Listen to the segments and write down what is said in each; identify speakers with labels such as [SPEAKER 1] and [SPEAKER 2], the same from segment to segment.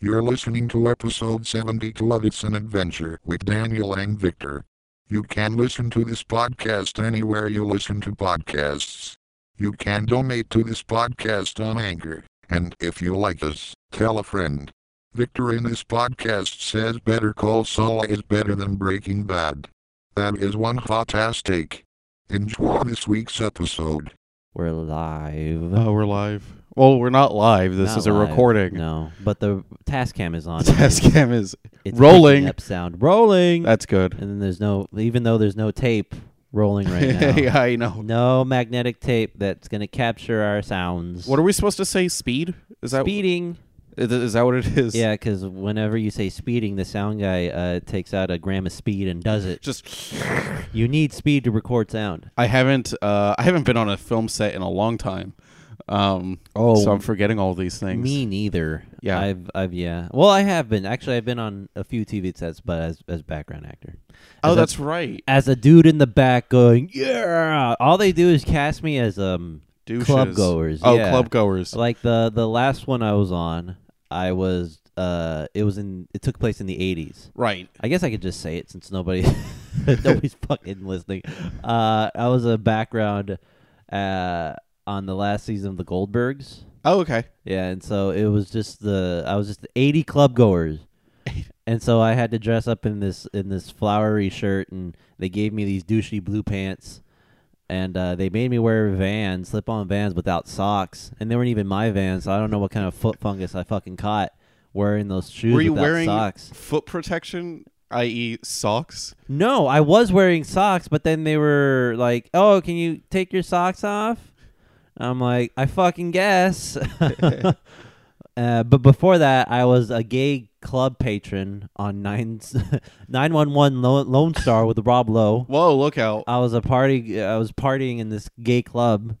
[SPEAKER 1] You're listening to episode 72 of It's an Adventure with Daniel and Victor. You can listen to this podcast anywhere you listen to podcasts. You can donate to this podcast on Anchor, and if you like us, tell a friend. Victor in this podcast says Better Call Saul is better than Breaking Bad. That is one hot ass take. Enjoy this week's episode.
[SPEAKER 2] We're live.
[SPEAKER 3] Oh, we're live. Well, we're not live. This
[SPEAKER 2] Not
[SPEAKER 3] is a
[SPEAKER 2] live,
[SPEAKER 3] recording.
[SPEAKER 2] No, but the task cam is on. and
[SPEAKER 3] Test
[SPEAKER 2] it's-
[SPEAKER 3] cam is.
[SPEAKER 2] it's
[SPEAKER 3] rolling.
[SPEAKER 2] picking Up sound rolling.
[SPEAKER 3] That's good.
[SPEAKER 2] and then there's no, even though there's no tape rolling right now.
[SPEAKER 3] yeah, I know.
[SPEAKER 2] No magnetic tape that's gonna capture our sounds.
[SPEAKER 3] What are we supposed to say? Speed? Is that
[SPEAKER 2] speeding?
[SPEAKER 3] Is, is that what it is?
[SPEAKER 2] Yeah, because whenever you say speeding, the sound guy uh, takes out a gram of speed and does it.
[SPEAKER 3] Just.
[SPEAKER 2] You need speed to record sound.
[SPEAKER 3] I haven't. Uh, I haven't been on a film set in a long time. Um,
[SPEAKER 2] Oh.
[SPEAKER 3] So I'm forgetting all these things.
[SPEAKER 2] Me neither.
[SPEAKER 3] Yeah.
[SPEAKER 2] I've, I've, yeah. Well, I have been actually. I've been on a few TV sets, but as as background actor.
[SPEAKER 3] Oh,
[SPEAKER 2] As a-
[SPEAKER 3] that's right.
[SPEAKER 2] as a dude in the back going, yeah. All they do is cast me as um
[SPEAKER 3] Douches.
[SPEAKER 2] club goers.
[SPEAKER 3] Oh,
[SPEAKER 2] yeah.
[SPEAKER 3] club goers.
[SPEAKER 2] Like the the last one I was on, I was uh, it was in it took place in the eighties.
[SPEAKER 3] Right.
[SPEAKER 2] I guess I could just say it since nobody nobody's fucking listening. Uh, I was a background uh on the last season of the Goldbergs.
[SPEAKER 3] Oh, okay.
[SPEAKER 2] Yeah, and so it was just the I was just eighty club goers, and so I had to dress up in this in this flowery shirt, and they gave me these douchey blue pants, and uh, they made me wear Vans, slip on Vans without socks, and they weren't even my Vans. So I don't know what kind of foot fungus I fucking caught wearing those shoes
[SPEAKER 3] Were you
[SPEAKER 2] without
[SPEAKER 3] wearing
[SPEAKER 2] socks.
[SPEAKER 3] foot protection, i.e., socks?
[SPEAKER 2] No, I was wearing socks, but then they were like, "Oh, can you take your socks off?" I'm like, "I fucking guess." uh, but before that, I was a gay club patron on nine nine one one Lone Star with Rob Lowe.
[SPEAKER 3] Whoa! Look out.
[SPEAKER 2] I was a party. uh, I was partying in this gay club,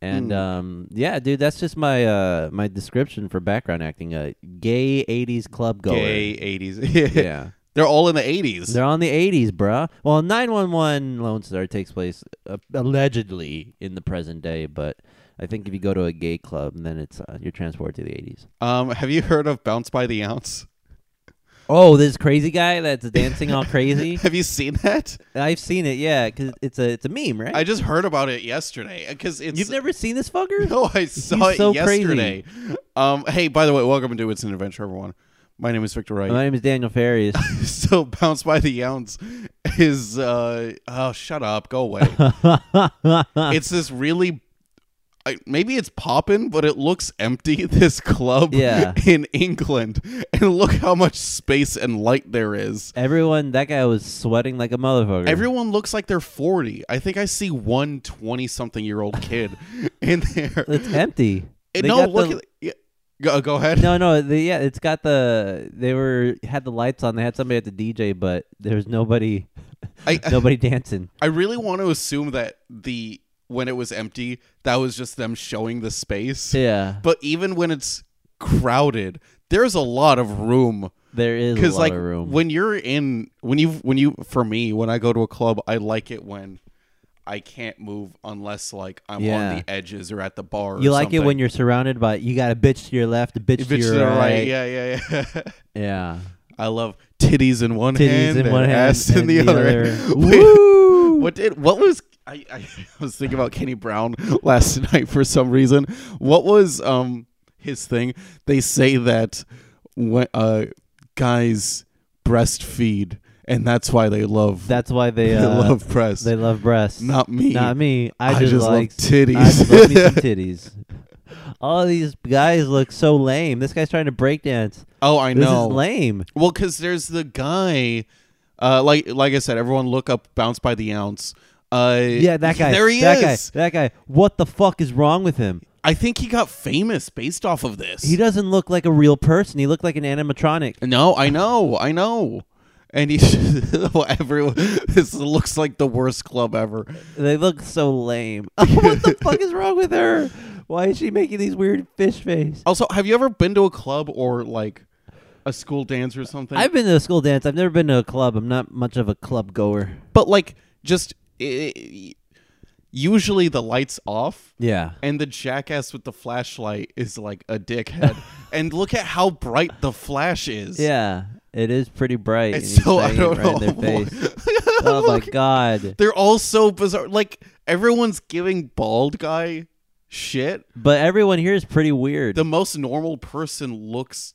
[SPEAKER 2] and
[SPEAKER 3] Hmm.
[SPEAKER 2] um, yeah, dude, that's just my uh, my description for background acting. A gay '80s club goer.
[SPEAKER 3] Gay 80s.
[SPEAKER 2] Yeah.
[SPEAKER 3] They're all in the 80s.
[SPEAKER 2] They're on the 80s, bruh. Well, 911 Lone Star takes place uh, allegedly in the present day, but I think if you go to a gay club, then it's uh, you're transported to the 80s.
[SPEAKER 3] Um, have you heard of Bounce by the Ounce?
[SPEAKER 2] Oh, this crazy guy that's dancing all crazy.
[SPEAKER 3] Have you seen that?
[SPEAKER 2] I've seen it, yeah, because it's a it's a meme, right?
[SPEAKER 3] I just heard about it yesterday because it's.
[SPEAKER 2] You've never seen this fucker?
[SPEAKER 3] No, I saw
[SPEAKER 2] He's
[SPEAKER 3] it
[SPEAKER 2] so crazy.
[SPEAKER 3] yesterday. Um, hey, by the way, welcome to It's an Adventure, everyone. My name is Victor Wright.
[SPEAKER 2] My name is Daniel Farias.
[SPEAKER 3] so, Bounce by the Ounce is. Uh, oh, shut up. Go away. it's this really. I, maybe it's poppin', but it looks empty. This club
[SPEAKER 2] Yeah.
[SPEAKER 3] in England, and look how much space and light there is.
[SPEAKER 2] Everyone, that guy was sweating like a motherfucker.
[SPEAKER 3] Everyone looks like they're 40. I think I see one 20 something year old kid in there.
[SPEAKER 2] it's empty.
[SPEAKER 3] And
[SPEAKER 2] They
[SPEAKER 3] no,
[SPEAKER 2] got
[SPEAKER 3] look
[SPEAKER 2] the-
[SPEAKER 3] at yeah, go, go ahead.
[SPEAKER 2] No, no, the, yeah, it's got the they were had the lights on. They had somebody at the DJ, but there was nobody,
[SPEAKER 3] I-
[SPEAKER 2] nobody dancing.
[SPEAKER 3] I really want to assume that the when it was empty, that was just them showing the space.
[SPEAKER 2] Yeah,
[SPEAKER 3] But even when it's crowded, there's a lot of room
[SPEAKER 2] there is a
[SPEAKER 3] cuz
[SPEAKER 2] lot
[SPEAKER 3] like
[SPEAKER 2] of room.
[SPEAKER 3] when you're in when you when you for me, when I go to a club, I like it when I can't move unless like I'm
[SPEAKER 2] Yeah.
[SPEAKER 3] on the edges or at the bar.
[SPEAKER 2] you like it
[SPEAKER 3] when
[SPEAKER 2] when you're surrounded by you got a bitch to your left, a bitch,
[SPEAKER 3] If it's
[SPEAKER 2] to
[SPEAKER 3] to the
[SPEAKER 2] your
[SPEAKER 3] right,
[SPEAKER 2] right.
[SPEAKER 3] yeah, yeah, yeah.
[SPEAKER 2] yeah.
[SPEAKER 3] I love titties in one
[SPEAKER 2] Titties
[SPEAKER 3] hand,
[SPEAKER 2] in one
[SPEAKER 3] and
[SPEAKER 2] hand
[SPEAKER 3] ass in
[SPEAKER 2] and
[SPEAKER 3] the,
[SPEAKER 2] the
[SPEAKER 3] other.
[SPEAKER 2] other.
[SPEAKER 3] Wait, what did what was I, I was thinking about Kenny Brown last night for some reason. What was um his thing? They say that when uh guys breastfeed and that's why they love
[SPEAKER 2] That's why they,
[SPEAKER 3] they
[SPEAKER 2] uh,
[SPEAKER 3] love breasts.
[SPEAKER 2] they love breasts.
[SPEAKER 3] not me.
[SPEAKER 2] Not me. I,
[SPEAKER 3] I
[SPEAKER 2] just,
[SPEAKER 3] just love
[SPEAKER 2] like
[SPEAKER 3] titties.
[SPEAKER 2] I just love me some titties. All these guys look so lame. This guy's trying to breakdance.
[SPEAKER 3] Oh, I
[SPEAKER 2] This
[SPEAKER 3] know.
[SPEAKER 2] is lame.
[SPEAKER 3] Well, because there's the guy, uh, like like I said, everyone look up "Bounce by the Ounce." Uh,
[SPEAKER 2] Yeah, that guy.
[SPEAKER 3] There he
[SPEAKER 2] that
[SPEAKER 3] is.
[SPEAKER 2] Guy, that guy. What the fuck is wrong with him?
[SPEAKER 3] I think he got famous based off of this.
[SPEAKER 2] He doesn't look like a real person. He looked like an animatronic.
[SPEAKER 3] no, I know, I know. And he, everyone, this looks like the worst club ever.
[SPEAKER 2] They look so lame. what the fuck is wrong with her? Why is she making these weird fish face?
[SPEAKER 3] Also, have you ever been to a club or like a school dance or something?
[SPEAKER 2] I've been to a school dance. I've never been to a club. I'm not much of a club goer.
[SPEAKER 3] but like, just i i- eh, usually the lights off
[SPEAKER 2] Yeah.
[SPEAKER 3] and the jackass with the flashlight is like a dickhead. and look at how bright the flash is.
[SPEAKER 2] Yeah. It is pretty bright.
[SPEAKER 3] And
[SPEAKER 2] and he's
[SPEAKER 3] so I
[SPEAKER 2] banging it
[SPEAKER 3] don't
[SPEAKER 2] right
[SPEAKER 3] know.
[SPEAKER 2] In their face. oh my god.
[SPEAKER 3] They're all so bizarre. Like everyone's giving bald guy shit.
[SPEAKER 2] But everyone here is pretty weird.
[SPEAKER 3] The most normal person looks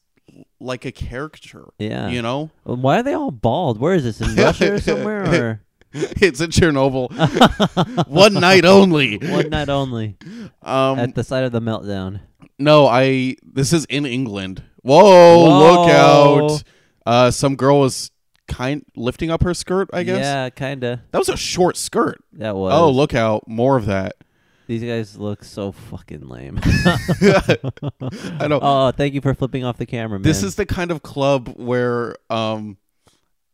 [SPEAKER 3] like a caricature.
[SPEAKER 2] Yeah.
[SPEAKER 3] You know?
[SPEAKER 2] Why are they all bald? Where is this in Russia or somewhere? Or
[SPEAKER 3] it's in Chernobyl. One night only.
[SPEAKER 2] one night only
[SPEAKER 3] Um
[SPEAKER 2] at the site of the meltdown.
[SPEAKER 3] No, I. This is in England. Whoa, look
[SPEAKER 2] Whoa.
[SPEAKER 3] out! Uh, some girl was kind lifting up her skirt. I guess
[SPEAKER 2] Yeah, kinda.
[SPEAKER 3] that was a short skirt.
[SPEAKER 2] That was.
[SPEAKER 3] Oh, look out! More of that.
[SPEAKER 2] these guys look so fucking lame.
[SPEAKER 3] I know.
[SPEAKER 2] oh, thank you for flipping off the camera, man.
[SPEAKER 3] this is the kind of club where um,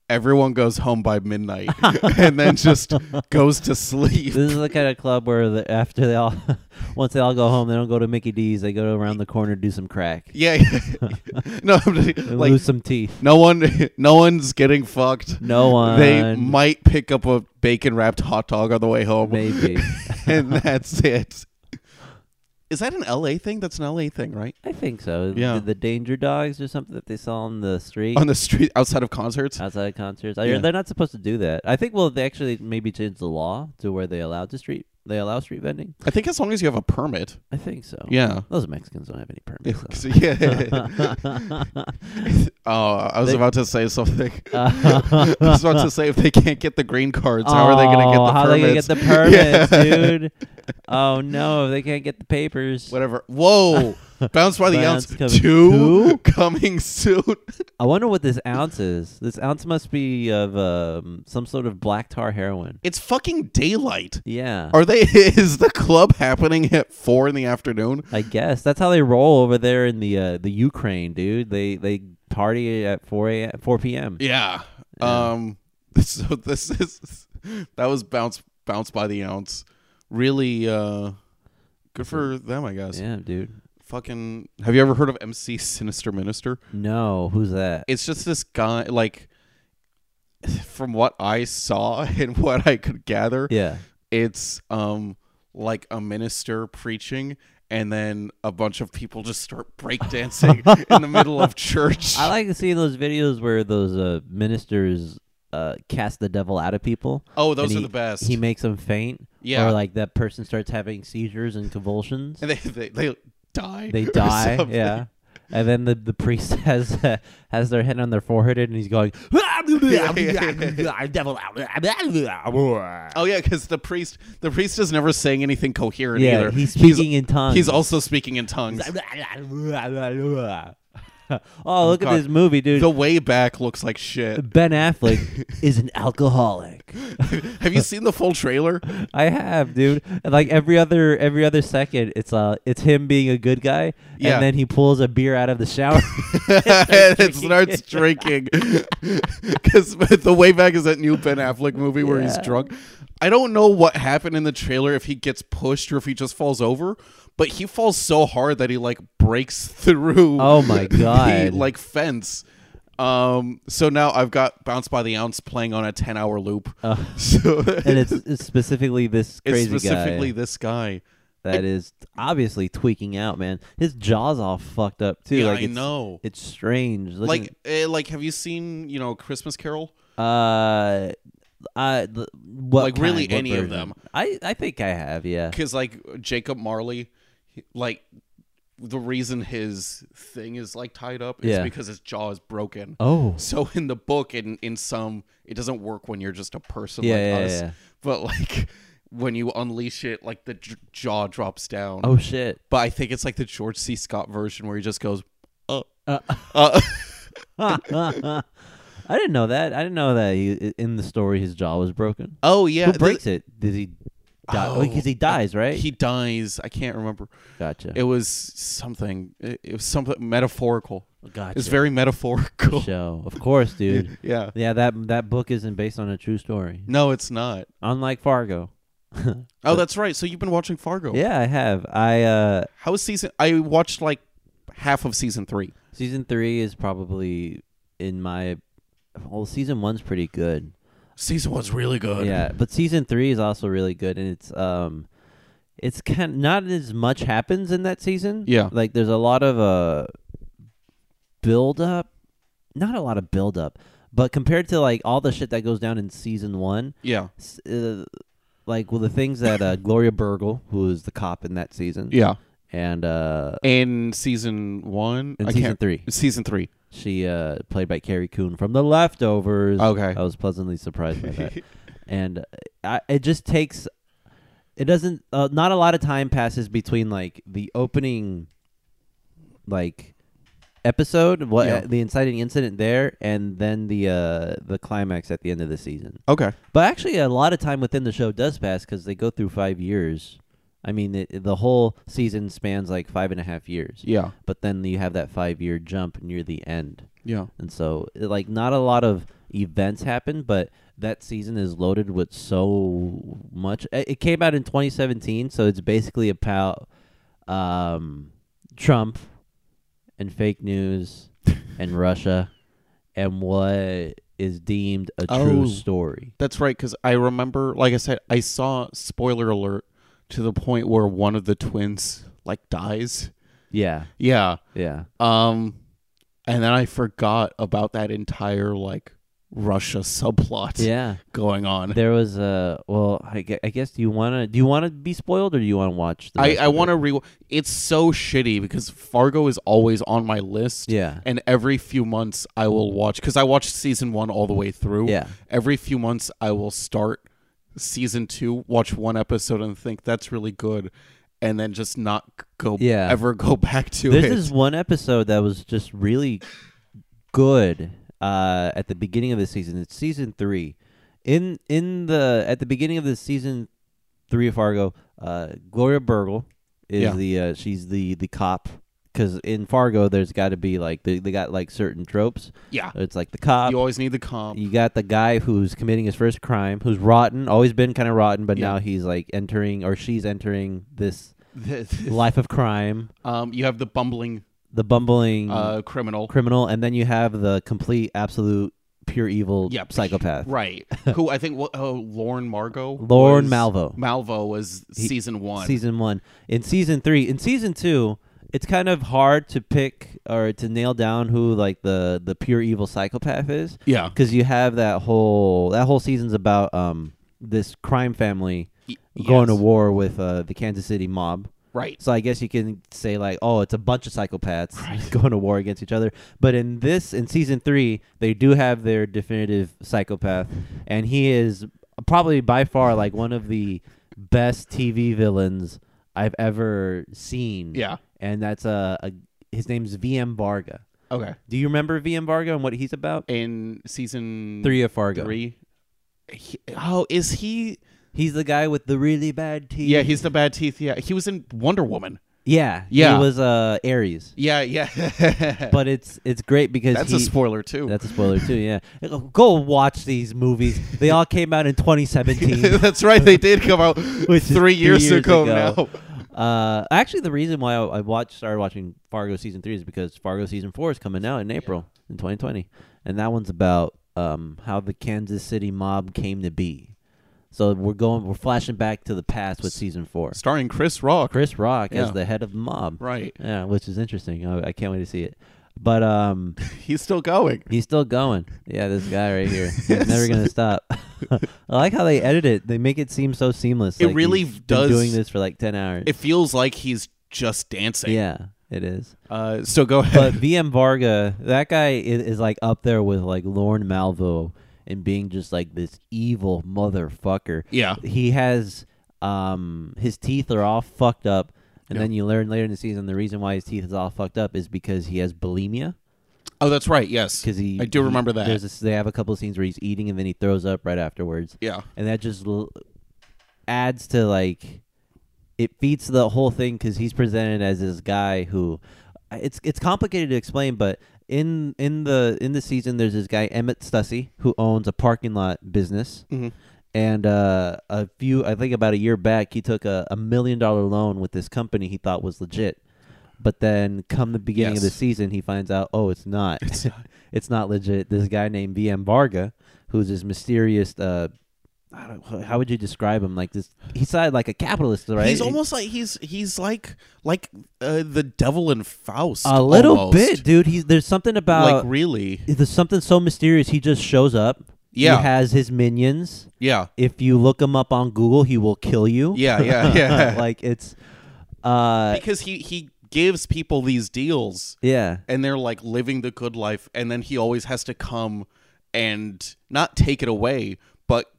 [SPEAKER 3] everyone goes home by midnight and then just goes to sleep.
[SPEAKER 2] This is the kind of club where the, after they all, once they all go home, they don't go to Mickey D's. They go around the corner to do some crack
[SPEAKER 3] Yeah. no, I'm just-
[SPEAKER 2] and
[SPEAKER 3] like
[SPEAKER 2] lose some teeth.
[SPEAKER 3] no one, no one's getting fucked.
[SPEAKER 2] No one.
[SPEAKER 3] They might pick up a bacon wrapped hot dog on the way home.
[SPEAKER 2] maybe.
[SPEAKER 3] and that's it. Is that an LA thing? That's an LA thing, right?
[SPEAKER 2] I think so.
[SPEAKER 3] Yeah.
[SPEAKER 2] The, the danger dogs or something that they saw on the street.
[SPEAKER 3] On the street outside of concerts?
[SPEAKER 2] outside of concerts. I
[SPEAKER 3] Yeah.
[SPEAKER 2] They're not supposed to do that. I think. Well, they actually maybe changed the law to where they allow to street. They allow street vending.
[SPEAKER 3] I think as long as you have a permit.
[SPEAKER 2] I think so.
[SPEAKER 3] Yeah.
[SPEAKER 2] Those Mexicans don't have any permits.
[SPEAKER 3] So, yeah. oh, I was
[SPEAKER 2] They-
[SPEAKER 3] about to say something.
[SPEAKER 2] Uh,
[SPEAKER 3] I was about to say if they can't get the green cards, how are they going to get
[SPEAKER 2] Oh,
[SPEAKER 3] the
[SPEAKER 2] how they gonna get the
[SPEAKER 3] permits?
[SPEAKER 2] permits,
[SPEAKER 3] Yeah.
[SPEAKER 2] dude? Oh no, they can't get the papers.
[SPEAKER 3] Whatever. Whoa. Bounce by the
[SPEAKER 2] Bounce
[SPEAKER 3] ounce.
[SPEAKER 2] coming-
[SPEAKER 3] Two
[SPEAKER 2] Two?
[SPEAKER 3] coming soon.
[SPEAKER 2] I wonder what this ounce is. This ounce must be of um, some sort of black tar heroin.
[SPEAKER 3] It's fucking daylight.
[SPEAKER 2] Yeah,
[SPEAKER 3] Are they? Is the club happening at four in the afternoon?
[SPEAKER 2] I guess that's how they roll over there in the uh, the Ukraine, dude. They they party at four a four p.m.
[SPEAKER 3] Yeah. Um. So this is that was bounce bounce by the ounce. Really. Uh. Good for them, I guess.
[SPEAKER 2] Yeah, dude.
[SPEAKER 3] Fucking. Have you ever heard of MC Sinister Minister?
[SPEAKER 2] No, who's that?
[SPEAKER 3] It's just this guy. Like, from what I saw and what I could gather,
[SPEAKER 2] yeah.
[SPEAKER 3] it's um like a minister preaching. And then a bunch of people just start breakdancing in the middle of church.
[SPEAKER 2] I like to see those videos where those uh, ministers uh, cast the devil out of people.
[SPEAKER 3] oh, those
[SPEAKER 2] and
[SPEAKER 3] are
[SPEAKER 2] he-
[SPEAKER 3] the best.
[SPEAKER 2] He makes them faint.
[SPEAKER 3] Yeah.
[SPEAKER 2] Or like that person starts having seizures and convulsions.
[SPEAKER 3] and they, they, they die.
[SPEAKER 2] they
[SPEAKER 3] or
[SPEAKER 2] die.
[SPEAKER 3] something.
[SPEAKER 2] Yeah. And then the, the priest has uh, has their hand on their forehead and he's going, devil out.
[SPEAKER 3] Oh yeah, because the priest the priest is never saying anything coherent
[SPEAKER 2] Yeah,
[SPEAKER 3] either.
[SPEAKER 2] he's speaking in tongues.
[SPEAKER 3] He's also speaking in tongues.
[SPEAKER 2] oh, look at
[SPEAKER 3] God.
[SPEAKER 2] this movie, dude.
[SPEAKER 3] The way back looks like shit.
[SPEAKER 2] ben Affleck is an alcoholic.
[SPEAKER 3] Have you seen the full trailer?
[SPEAKER 2] I have, dude. And like every other every other second, it's uh it's him being a good guy,
[SPEAKER 3] Yeah.
[SPEAKER 2] and then he pulls a beer out of the shower.
[SPEAKER 3] and it starts drinking because the way back is that new Ben Affleck movie where he's
[SPEAKER 2] Yeah.
[SPEAKER 3] drunk. I don't know what happened in the trailer if he gets pushed or if he just falls over, but he falls so hard that he like breaks through.
[SPEAKER 2] Oh, my
[SPEAKER 3] The,
[SPEAKER 2] God.
[SPEAKER 3] like fence. Um. So now I've got Bounce by the Ounce playing on a ten-hour loop. so
[SPEAKER 2] Oh. and it's, it's specifically this
[SPEAKER 3] it's
[SPEAKER 2] crazy
[SPEAKER 3] specifically
[SPEAKER 2] guy
[SPEAKER 3] this guy.
[SPEAKER 2] that is obviously tweaking out, man. His jaw's all fucked up too.
[SPEAKER 3] Yeah,
[SPEAKER 2] like
[SPEAKER 3] I
[SPEAKER 2] it's,
[SPEAKER 3] know.
[SPEAKER 2] It's strange. Look
[SPEAKER 3] Like, uh, like, have you seen you know Christmas Carol?
[SPEAKER 2] at- uh, I th- what
[SPEAKER 3] Like, really
[SPEAKER 2] kind? What
[SPEAKER 3] any of
[SPEAKER 2] version?
[SPEAKER 3] them.
[SPEAKER 2] I I think I have. Yeah.
[SPEAKER 3] because like Jacob Marley, he- like the reason his thing is like tied up is
[SPEAKER 2] Yeah.
[SPEAKER 3] because his jaw is broken.
[SPEAKER 2] Oh.
[SPEAKER 3] So in the book and in some, it doesn't work when you're just a person
[SPEAKER 2] Yeah,
[SPEAKER 3] like
[SPEAKER 2] yeah,
[SPEAKER 3] us.
[SPEAKER 2] yeah.
[SPEAKER 3] But like when you unleash it, like the j- jaw drops down.
[SPEAKER 2] Oh shit.
[SPEAKER 3] But I think it's like the George C. Scott version where he just goes, uh,
[SPEAKER 2] Uh.
[SPEAKER 3] uh.
[SPEAKER 2] I didn't know that. I didn't know that he, in the story his jaw was broken.
[SPEAKER 3] oh yeah,
[SPEAKER 2] Who
[SPEAKER 3] the-
[SPEAKER 2] breaks it? Does he die?
[SPEAKER 3] Oh,
[SPEAKER 2] Because he dies, right?
[SPEAKER 3] He dies. I can't remember.
[SPEAKER 2] gotcha.
[SPEAKER 3] It was something. It, it was something metaphorical.
[SPEAKER 2] gotcha.
[SPEAKER 3] It's very metaphorical.
[SPEAKER 2] show. Of course, dude.
[SPEAKER 3] Yeah.
[SPEAKER 2] yeah, that that book isn't based on a true story.
[SPEAKER 3] No, it's not.
[SPEAKER 2] Unlike Fargo.
[SPEAKER 3] Oh, that's right. So you've been watching Fargo.
[SPEAKER 2] Yeah, I have. I uh
[SPEAKER 3] How is season? I watched like half of season three.
[SPEAKER 2] season 3 is probably in my well, season 1's pretty good.
[SPEAKER 3] Season one's really good.
[SPEAKER 2] Yeah, but season three is also really good, and it's um, it's kind not as much happens in that season.
[SPEAKER 3] Yeah.
[SPEAKER 2] like there's a lot of uh, build up, not a lot of build up, but compared to like all the shit that goes down in season one,
[SPEAKER 3] Yeah.
[SPEAKER 2] s- uh, like well the things that uh, Gloria Burgle, who is the cop in that season,
[SPEAKER 3] Yeah.
[SPEAKER 2] and uh,
[SPEAKER 3] In season one,
[SPEAKER 2] in
[SPEAKER 3] I
[SPEAKER 2] season
[SPEAKER 3] can't,
[SPEAKER 2] three,
[SPEAKER 3] Season three.
[SPEAKER 2] she uh played by Carrie Coon from The Leftovers.
[SPEAKER 3] Okay.
[SPEAKER 2] I was pleasantly surprised by that. and uh, I, it just takes it doesn't uh, not a lot of time passes between like the opening like episode what
[SPEAKER 3] Yeah.
[SPEAKER 2] the inciting incident there and then the uh the climax at the end of the season
[SPEAKER 3] Okay.
[SPEAKER 2] but actually a lot of time within the show does pass because they go through five years i mean it, the whole season spans like five and a half years
[SPEAKER 3] Yeah.
[SPEAKER 2] but then you have that five year jump near the end
[SPEAKER 3] Yeah.
[SPEAKER 2] and so, it- like, not a lot of events happen, but that season is loaded with so much. I- It came out in 2017, so it's basically about um, Trump and fake news and Russia and what is deemed a
[SPEAKER 3] Oh.
[SPEAKER 2] true story.
[SPEAKER 3] That's right, because I remember, like I said, I saw spoiler alert to the point where one of the twins like dies.
[SPEAKER 2] Yeah,
[SPEAKER 3] Yeah.
[SPEAKER 2] yeah,
[SPEAKER 3] Um, and then I forgot about that entire like Russia subplot
[SPEAKER 2] yeah.
[SPEAKER 3] going on.
[SPEAKER 2] There was a well. I gue- I guess do you want to do you want to be spoiled or do you want to watch? The
[SPEAKER 3] I,
[SPEAKER 2] rest
[SPEAKER 3] I
[SPEAKER 2] of it?
[SPEAKER 3] want to re. It's so shitty because Fargo is always on my list.
[SPEAKER 2] Yeah,
[SPEAKER 3] And every few months I will watch because I watched season one all the way through.
[SPEAKER 2] yeah.
[SPEAKER 3] Every few months I will start season two, watch one episode, and think that's really good, and then just not c- go
[SPEAKER 2] Yeah.
[SPEAKER 3] ever go back to
[SPEAKER 2] This
[SPEAKER 3] it.
[SPEAKER 2] is one episode that was just really good uh, at the beginning of the season. It's season three. In in the at the beginning of the season three of Fargo, uh, Gloria Burgle is
[SPEAKER 3] Yeah.
[SPEAKER 2] the uh, she's the the cop because in Fargo there's got to be like they, they got like certain tropes.
[SPEAKER 3] yeah.
[SPEAKER 2] It's like the cop.
[SPEAKER 3] You always need the comp.
[SPEAKER 2] You got the guy who's committing his first crime, who's rotten, always been kind of rotten, but
[SPEAKER 3] Yeah.
[SPEAKER 2] now he's like entering or she's entering this life of crime.
[SPEAKER 3] um, you have the bumbling
[SPEAKER 2] The bumbling
[SPEAKER 3] uh, criminal.
[SPEAKER 2] criminal, and then you have the complete, absolute, pure evil
[SPEAKER 3] Yep.
[SPEAKER 2] psychopath.
[SPEAKER 3] Right. Who I think what oh Lauren Margot.
[SPEAKER 2] Lorne
[SPEAKER 3] was-
[SPEAKER 2] Malvo.
[SPEAKER 3] Malvo was
[SPEAKER 2] He-
[SPEAKER 3] season one.
[SPEAKER 2] Season one. In season three, in season two, it's kind of hard to pick or to nail down who like the the pure evil psychopath is
[SPEAKER 3] yeah.
[SPEAKER 2] because you have that whole that whole season's about um this crime family
[SPEAKER 3] Y-
[SPEAKER 2] going to
[SPEAKER 3] yes.
[SPEAKER 2] war with uh, the Kansas City mob.
[SPEAKER 3] Right.
[SPEAKER 2] So I guess you can say like, oh, it's a bunch of psychopaths going to war against each other. But in this, in season three, they do have their definitive psychopath, and he is probably by far like one of the best TV villains I've ever seen.
[SPEAKER 3] Yeah.
[SPEAKER 2] and that's uh, a his name's VM Varga.
[SPEAKER 3] Okay.
[SPEAKER 2] Do you remember VM Varga and what he's about?
[SPEAKER 3] In season
[SPEAKER 2] Three of Fargo.
[SPEAKER 3] Three. He- oh, is he?
[SPEAKER 2] He's the guy with the really bad teeth.
[SPEAKER 3] Yeah, he's the bad teeth. Yeah, he was in Wonder Woman.
[SPEAKER 2] yeah,
[SPEAKER 3] Yeah.
[SPEAKER 2] He was uh Aries.
[SPEAKER 3] Yeah, yeah.
[SPEAKER 2] But it's it's great because
[SPEAKER 3] that's a
[SPEAKER 2] he-
[SPEAKER 3] spoiler too.
[SPEAKER 2] That's a spoiler too. Yeah, go watch these movies. They all came out in 2017.
[SPEAKER 3] That's right. They did come out
[SPEAKER 2] Which is
[SPEAKER 3] three
[SPEAKER 2] three
[SPEAKER 3] years,
[SPEAKER 2] years
[SPEAKER 3] ago,
[SPEAKER 2] ago.
[SPEAKER 3] now.
[SPEAKER 2] uh, actually, the reason why I, I watched started watching Fargo season three is because Fargo season four is coming out in April in 2020, and that one's about um, how the Kansas City mob came to be. So we're going, we're flashing back to the past with season four.
[SPEAKER 3] Starring Chris Rock.
[SPEAKER 2] Chris Rock
[SPEAKER 3] Yeah.
[SPEAKER 2] as the head of the mob.
[SPEAKER 3] Right.
[SPEAKER 2] Yeah, which is interesting. I, I can't wait to see it. But um,
[SPEAKER 3] He's still going.
[SPEAKER 2] He's still going. Yeah, this guy right here. He's never gonna stop. I like how they edit it. They make it seem so seamless.
[SPEAKER 3] It
[SPEAKER 2] like
[SPEAKER 3] really
[SPEAKER 2] he's been
[SPEAKER 3] does-
[SPEAKER 2] doing this for like ten hours.
[SPEAKER 3] It feels like he's just dancing.
[SPEAKER 2] yeah, it is.
[SPEAKER 3] Uh, so go
[SPEAKER 2] But
[SPEAKER 3] ahead.
[SPEAKER 2] VM Varga, that guy is, is like up there with like Lorne Malvo and being just like this evil motherfucker.
[SPEAKER 3] yeah.
[SPEAKER 2] He has um his teeth are all fucked up. And
[SPEAKER 3] Yeah.
[SPEAKER 2] then you learn later in the season the reason why his teeth is all fucked up is because he has bulimia.
[SPEAKER 3] Oh, that's right. Yes.
[SPEAKER 2] because he
[SPEAKER 3] I do
[SPEAKER 2] he-
[SPEAKER 3] remember that.
[SPEAKER 2] there's this- they have a couple of scenes where he's eating and then he throws up right afterwards
[SPEAKER 3] yeah.
[SPEAKER 2] and that just l- adds to like it feeds the whole thing because he's presented as this guy who uh, it's it's complicated to explain but in in the in the season there's this guy Emmett Stussy who owns a parking lot business
[SPEAKER 3] Mhm.
[SPEAKER 2] and uh, a few I think about a year back he took a, a million dollar loan with this company he thought was legit but then come the beginning of the
[SPEAKER 3] Yes.
[SPEAKER 2] season he finds out oh it's not it's not legit this guy named VM Varga who's this mysterious. Uh, I don't, how would you describe him? Like this, he's not like a capitalist, right?
[SPEAKER 3] He's almost like he's he's like like uh, the devil in Faust.
[SPEAKER 2] a little
[SPEAKER 3] almost.
[SPEAKER 2] bit, Uh, dude. He's there's something
[SPEAKER 3] Like
[SPEAKER 2] about
[SPEAKER 3] really,
[SPEAKER 2] there's something so mysterious. He just shows up.
[SPEAKER 3] Yeah.
[SPEAKER 2] he has his minions.
[SPEAKER 3] yeah,
[SPEAKER 2] If you look him up on Google, he will kill you.
[SPEAKER 3] yeah, yeah, yeah.
[SPEAKER 2] like it's, uh,
[SPEAKER 3] because he he gives people these deals,
[SPEAKER 2] yeah.
[SPEAKER 3] and they're like living the good life, and then he always has to come and not take it away, but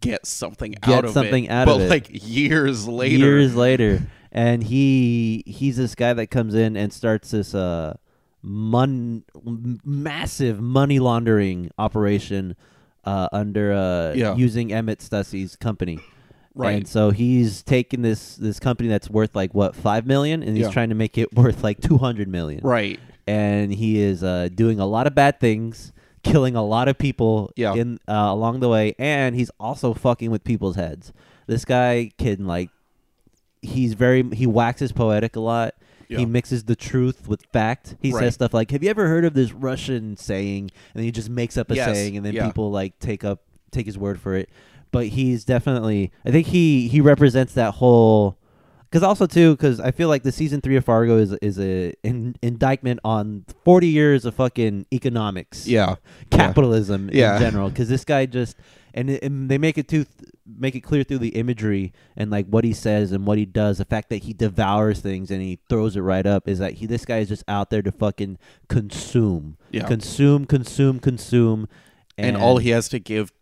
[SPEAKER 3] get something out of
[SPEAKER 2] something
[SPEAKER 3] it.
[SPEAKER 2] out
[SPEAKER 3] but
[SPEAKER 2] of it.
[SPEAKER 3] like years later,
[SPEAKER 2] years later and he he's this guy that comes in and starts this uh mon- m- massive money laundering operation uh under uh
[SPEAKER 3] Yeah.
[SPEAKER 2] using Emmett Stussy's company
[SPEAKER 3] Right.
[SPEAKER 2] and so he's taking this this company that's worth like what 5 million and he's
[SPEAKER 3] Yeah.
[SPEAKER 2] trying to make it worth like 200 million
[SPEAKER 3] right?
[SPEAKER 2] and he is uh, doing a lot of bad things, killing a lot of people
[SPEAKER 3] Yeah.
[SPEAKER 2] in uh, along the way, and he's also fucking with people's heads. This guy can like, he's very he waxes poetic a lot.
[SPEAKER 3] Yeah.
[SPEAKER 2] He mixes the truth with fact. He
[SPEAKER 3] Right.
[SPEAKER 2] says stuff like, "Have you ever heard of this Russian saying?" And then he just makes up a
[SPEAKER 3] Yes,
[SPEAKER 2] saying, and then
[SPEAKER 3] yeah.
[SPEAKER 2] people like take up take his word for it. But he's definitely, I think he he represents that whole because also too, because I feel like the season three of Fargo is is a in, indictment on forty years of fucking economics,
[SPEAKER 3] Yeah,
[SPEAKER 2] capitalism
[SPEAKER 3] Yeah.
[SPEAKER 2] in general. Because this guy just and, it- and they make it too make it clear through the imagery and like what he says and what he does. The fact that he devours things and he throws it right up is that he this guy is just out there to fucking consume,
[SPEAKER 3] Yeah.
[SPEAKER 2] consume, consume, consume,
[SPEAKER 3] and all he has to give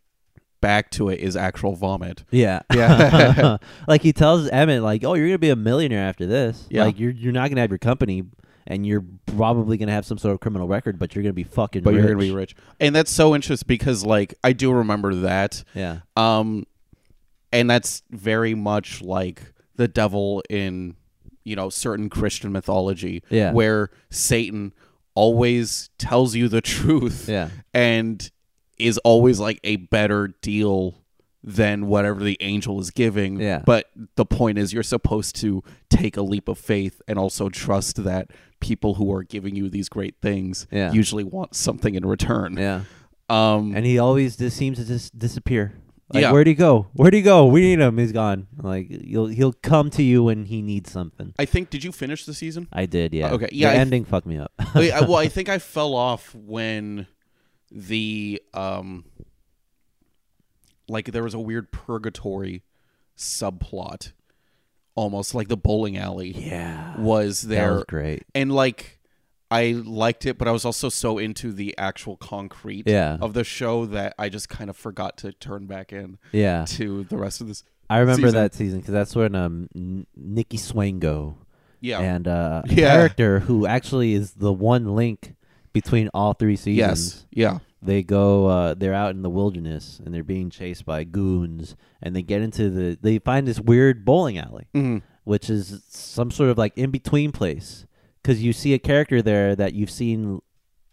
[SPEAKER 3] back to it is actual vomit.
[SPEAKER 2] Yeah.
[SPEAKER 3] Yeah.
[SPEAKER 2] like he tells Emmett, like, "Oh, you're gonna be a millionaire after this.
[SPEAKER 3] Yeah.
[SPEAKER 2] Like, you're you're not gonna have your company, and you're probably gonna have some sort of criminal record, but you're gonna be fucking.
[SPEAKER 3] But
[SPEAKER 2] rich.
[SPEAKER 3] you're gonna be rich, and that's so interesting because like I do remember that.
[SPEAKER 2] Yeah.
[SPEAKER 3] Um, and that's very much like the devil in, you know, certain Christian mythology,
[SPEAKER 2] Yeah.
[SPEAKER 3] where Satan always tells you the truth,
[SPEAKER 2] Yeah.
[SPEAKER 3] and is always like a better deal than whatever the angel is giving.
[SPEAKER 2] Yeah.
[SPEAKER 3] But the point is, you're supposed to take a leap of faith and also trust that people who are giving you these great things
[SPEAKER 2] Yeah.
[SPEAKER 3] usually want something in return.
[SPEAKER 2] Yeah.
[SPEAKER 3] Um,
[SPEAKER 2] And he always just seems to just disappear. Like,
[SPEAKER 3] Yeah.
[SPEAKER 2] where'd he go? Where'd he go? We need him. He's gone. Like, you'll he'll come to you when he needs something.
[SPEAKER 3] I think. Did you finish the season?
[SPEAKER 2] I did. Yeah.
[SPEAKER 3] Okay,
[SPEAKER 2] The
[SPEAKER 3] yeah, I th-
[SPEAKER 2] ending fucked me up.
[SPEAKER 3] I mean, I, well, I think I fell off when the um, like there was a weird purgatory subplot, almost like the bowling alley
[SPEAKER 2] yeah.
[SPEAKER 3] was
[SPEAKER 2] That
[SPEAKER 3] there,
[SPEAKER 2] was great.
[SPEAKER 3] and like I liked it, but I was also so into the actual concrete
[SPEAKER 2] Yeah.
[SPEAKER 3] of the show that I just kind of forgot to turn back in
[SPEAKER 2] Yeah.
[SPEAKER 3] to the rest of this.
[SPEAKER 2] I remember
[SPEAKER 3] season.
[SPEAKER 2] that season because that's when um N- Nikki Swango
[SPEAKER 3] Yeah,
[SPEAKER 2] and uh, a
[SPEAKER 3] Yeah.
[SPEAKER 2] character who actually is the one link between all three seasons.
[SPEAKER 3] yes, yeah,
[SPEAKER 2] They go, uh, they're out in the wilderness and they're being chased by goons, and they get into the, they find this weird bowling alley,
[SPEAKER 3] Mhm.
[SPEAKER 2] which is some sort of like in between place because you see a character there that you've seen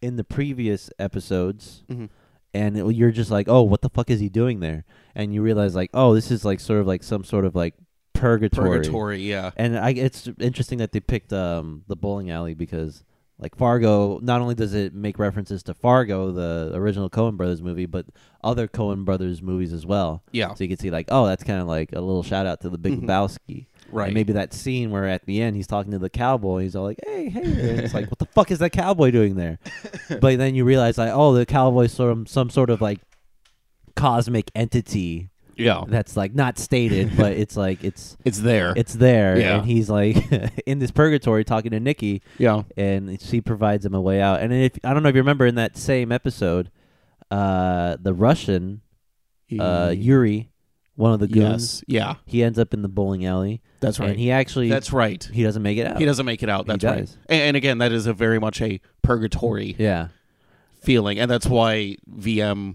[SPEAKER 2] in the previous episodes.
[SPEAKER 3] Mhm.
[SPEAKER 2] And it, you're just like, oh, what the fuck is he doing there? And you realize, like, oh, this is like sort of like some sort of like
[SPEAKER 3] purgatory. Yeah,
[SPEAKER 2] and I, it's interesting that they picked um, the bowling alley because, like Fargo, not only does it make references to Fargo, the original Coen Brothers movie, but other Coen Brothers movies as well.
[SPEAKER 3] yeah,
[SPEAKER 2] So you can see like, oh, that's kind of like a little shout out to the Big
[SPEAKER 3] Mhm.
[SPEAKER 2] Lebowski.
[SPEAKER 3] right.
[SPEAKER 2] And maybe that scene where at the end he's talking to the cowboy, he's all like, "Hey, hey!" And it's like, "What the fuck is that cowboy doing there?" but then you realize like, oh, the cowboy's sort of some sort of like cosmic entity
[SPEAKER 3] yeah,
[SPEAKER 2] that's like not stated, but it's like it's
[SPEAKER 3] it's there.
[SPEAKER 2] it's there
[SPEAKER 3] Yeah.
[SPEAKER 2] and he's like in this purgatory talking to nikki
[SPEAKER 3] yeah,
[SPEAKER 2] and she provides him a way out and if i don't know if you remember in that same episode uh the russian uh yuri one of the goons
[SPEAKER 3] Mm-hmm. Yes. Yeah.
[SPEAKER 2] he ends up in the bowling alley
[SPEAKER 3] That's right.
[SPEAKER 2] and he actually
[SPEAKER 3] That's right.
[SPEAKER 2] he doesn't make it out
[SPEAKER 3] He doesn't make it out. That's right.
[SPEAKER 2] dies.
[SPEAKER 3] And, and again, that is a very much a purgatory
[SPEAKER 2] yeah
[SPEAKER 3] feeling, and that's why VM,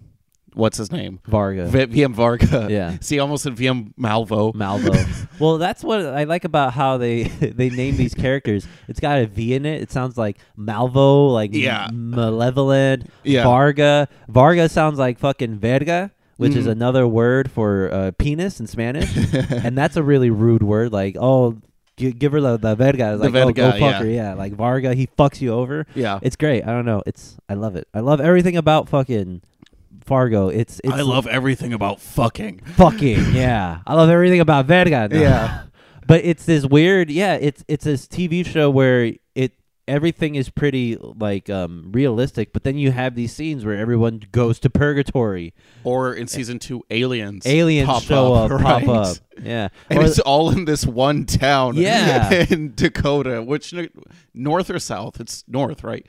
[SPEAKER 3] what's his name,
[SPEAKER 2] varga
[SPEAKER 3] v- VM Varga.
[SPEAKER 2] Yeah.
[SPEAKER 3] See, I almost said VM Malvo.
[SPEAKER 2] malvo well that's what i like about how they they name these characters it's got a v in it it sounds like malvo like m-
[SPEAKER 3] Yeah.
[SPEAKER 2] malevolent
[SPEAKER 3] Yeah.
[SPEAKER 2] Varga. Varga sounds like fucking verga, which is
[SPEAKER 3] Mhm.
[SPEAKER 2] another word for uh, penis in Spanish, and that's a really rude word. Like, oh, gi- give her the, the verga. It's
[SPEAKER 3] The
[SPEAKER 2] like, oh, go
[SPEAKER 3] verga,
[SPEAKER 2] fuck
[SPEAKER 3] yeah.
[SPEAKER 2] her. Yeah, like Varga, he fucks you over.
[SPEAKER 3] yeah.
[SPEAKER 2] It's great. I don't know. It's I love it. I love everything about fucking Fargo. It's it's
[SPEAKER 3] I love everything about fucking.
[SPEAKER 2] fucking yeah. I love everything about Verga. now.
[SPEAKER 3] Yeah.
[SPEAKER 2] but it's this weird yeah. It's it's this TV show where it everything is pretty like um realistic, but then you have these scenes where everyone goes to purgatory,
[SPEAKER 3] Or in season two, aliens.
[SPEAKER 2] aliens
[SPEAKER 3] pop
[SPEAKER 2] show up,
[SPEAKER 3] right?
[SPEAKER 2] pop up, yeah.
[SPEAKER 3] And
[SPEAKER 2] Or-
[SPEAKER 3] it's all in this one town,
[SPEAKER 2] Yeah.
[SPEAKER 3] in Dakota, which north or south? It's north, right?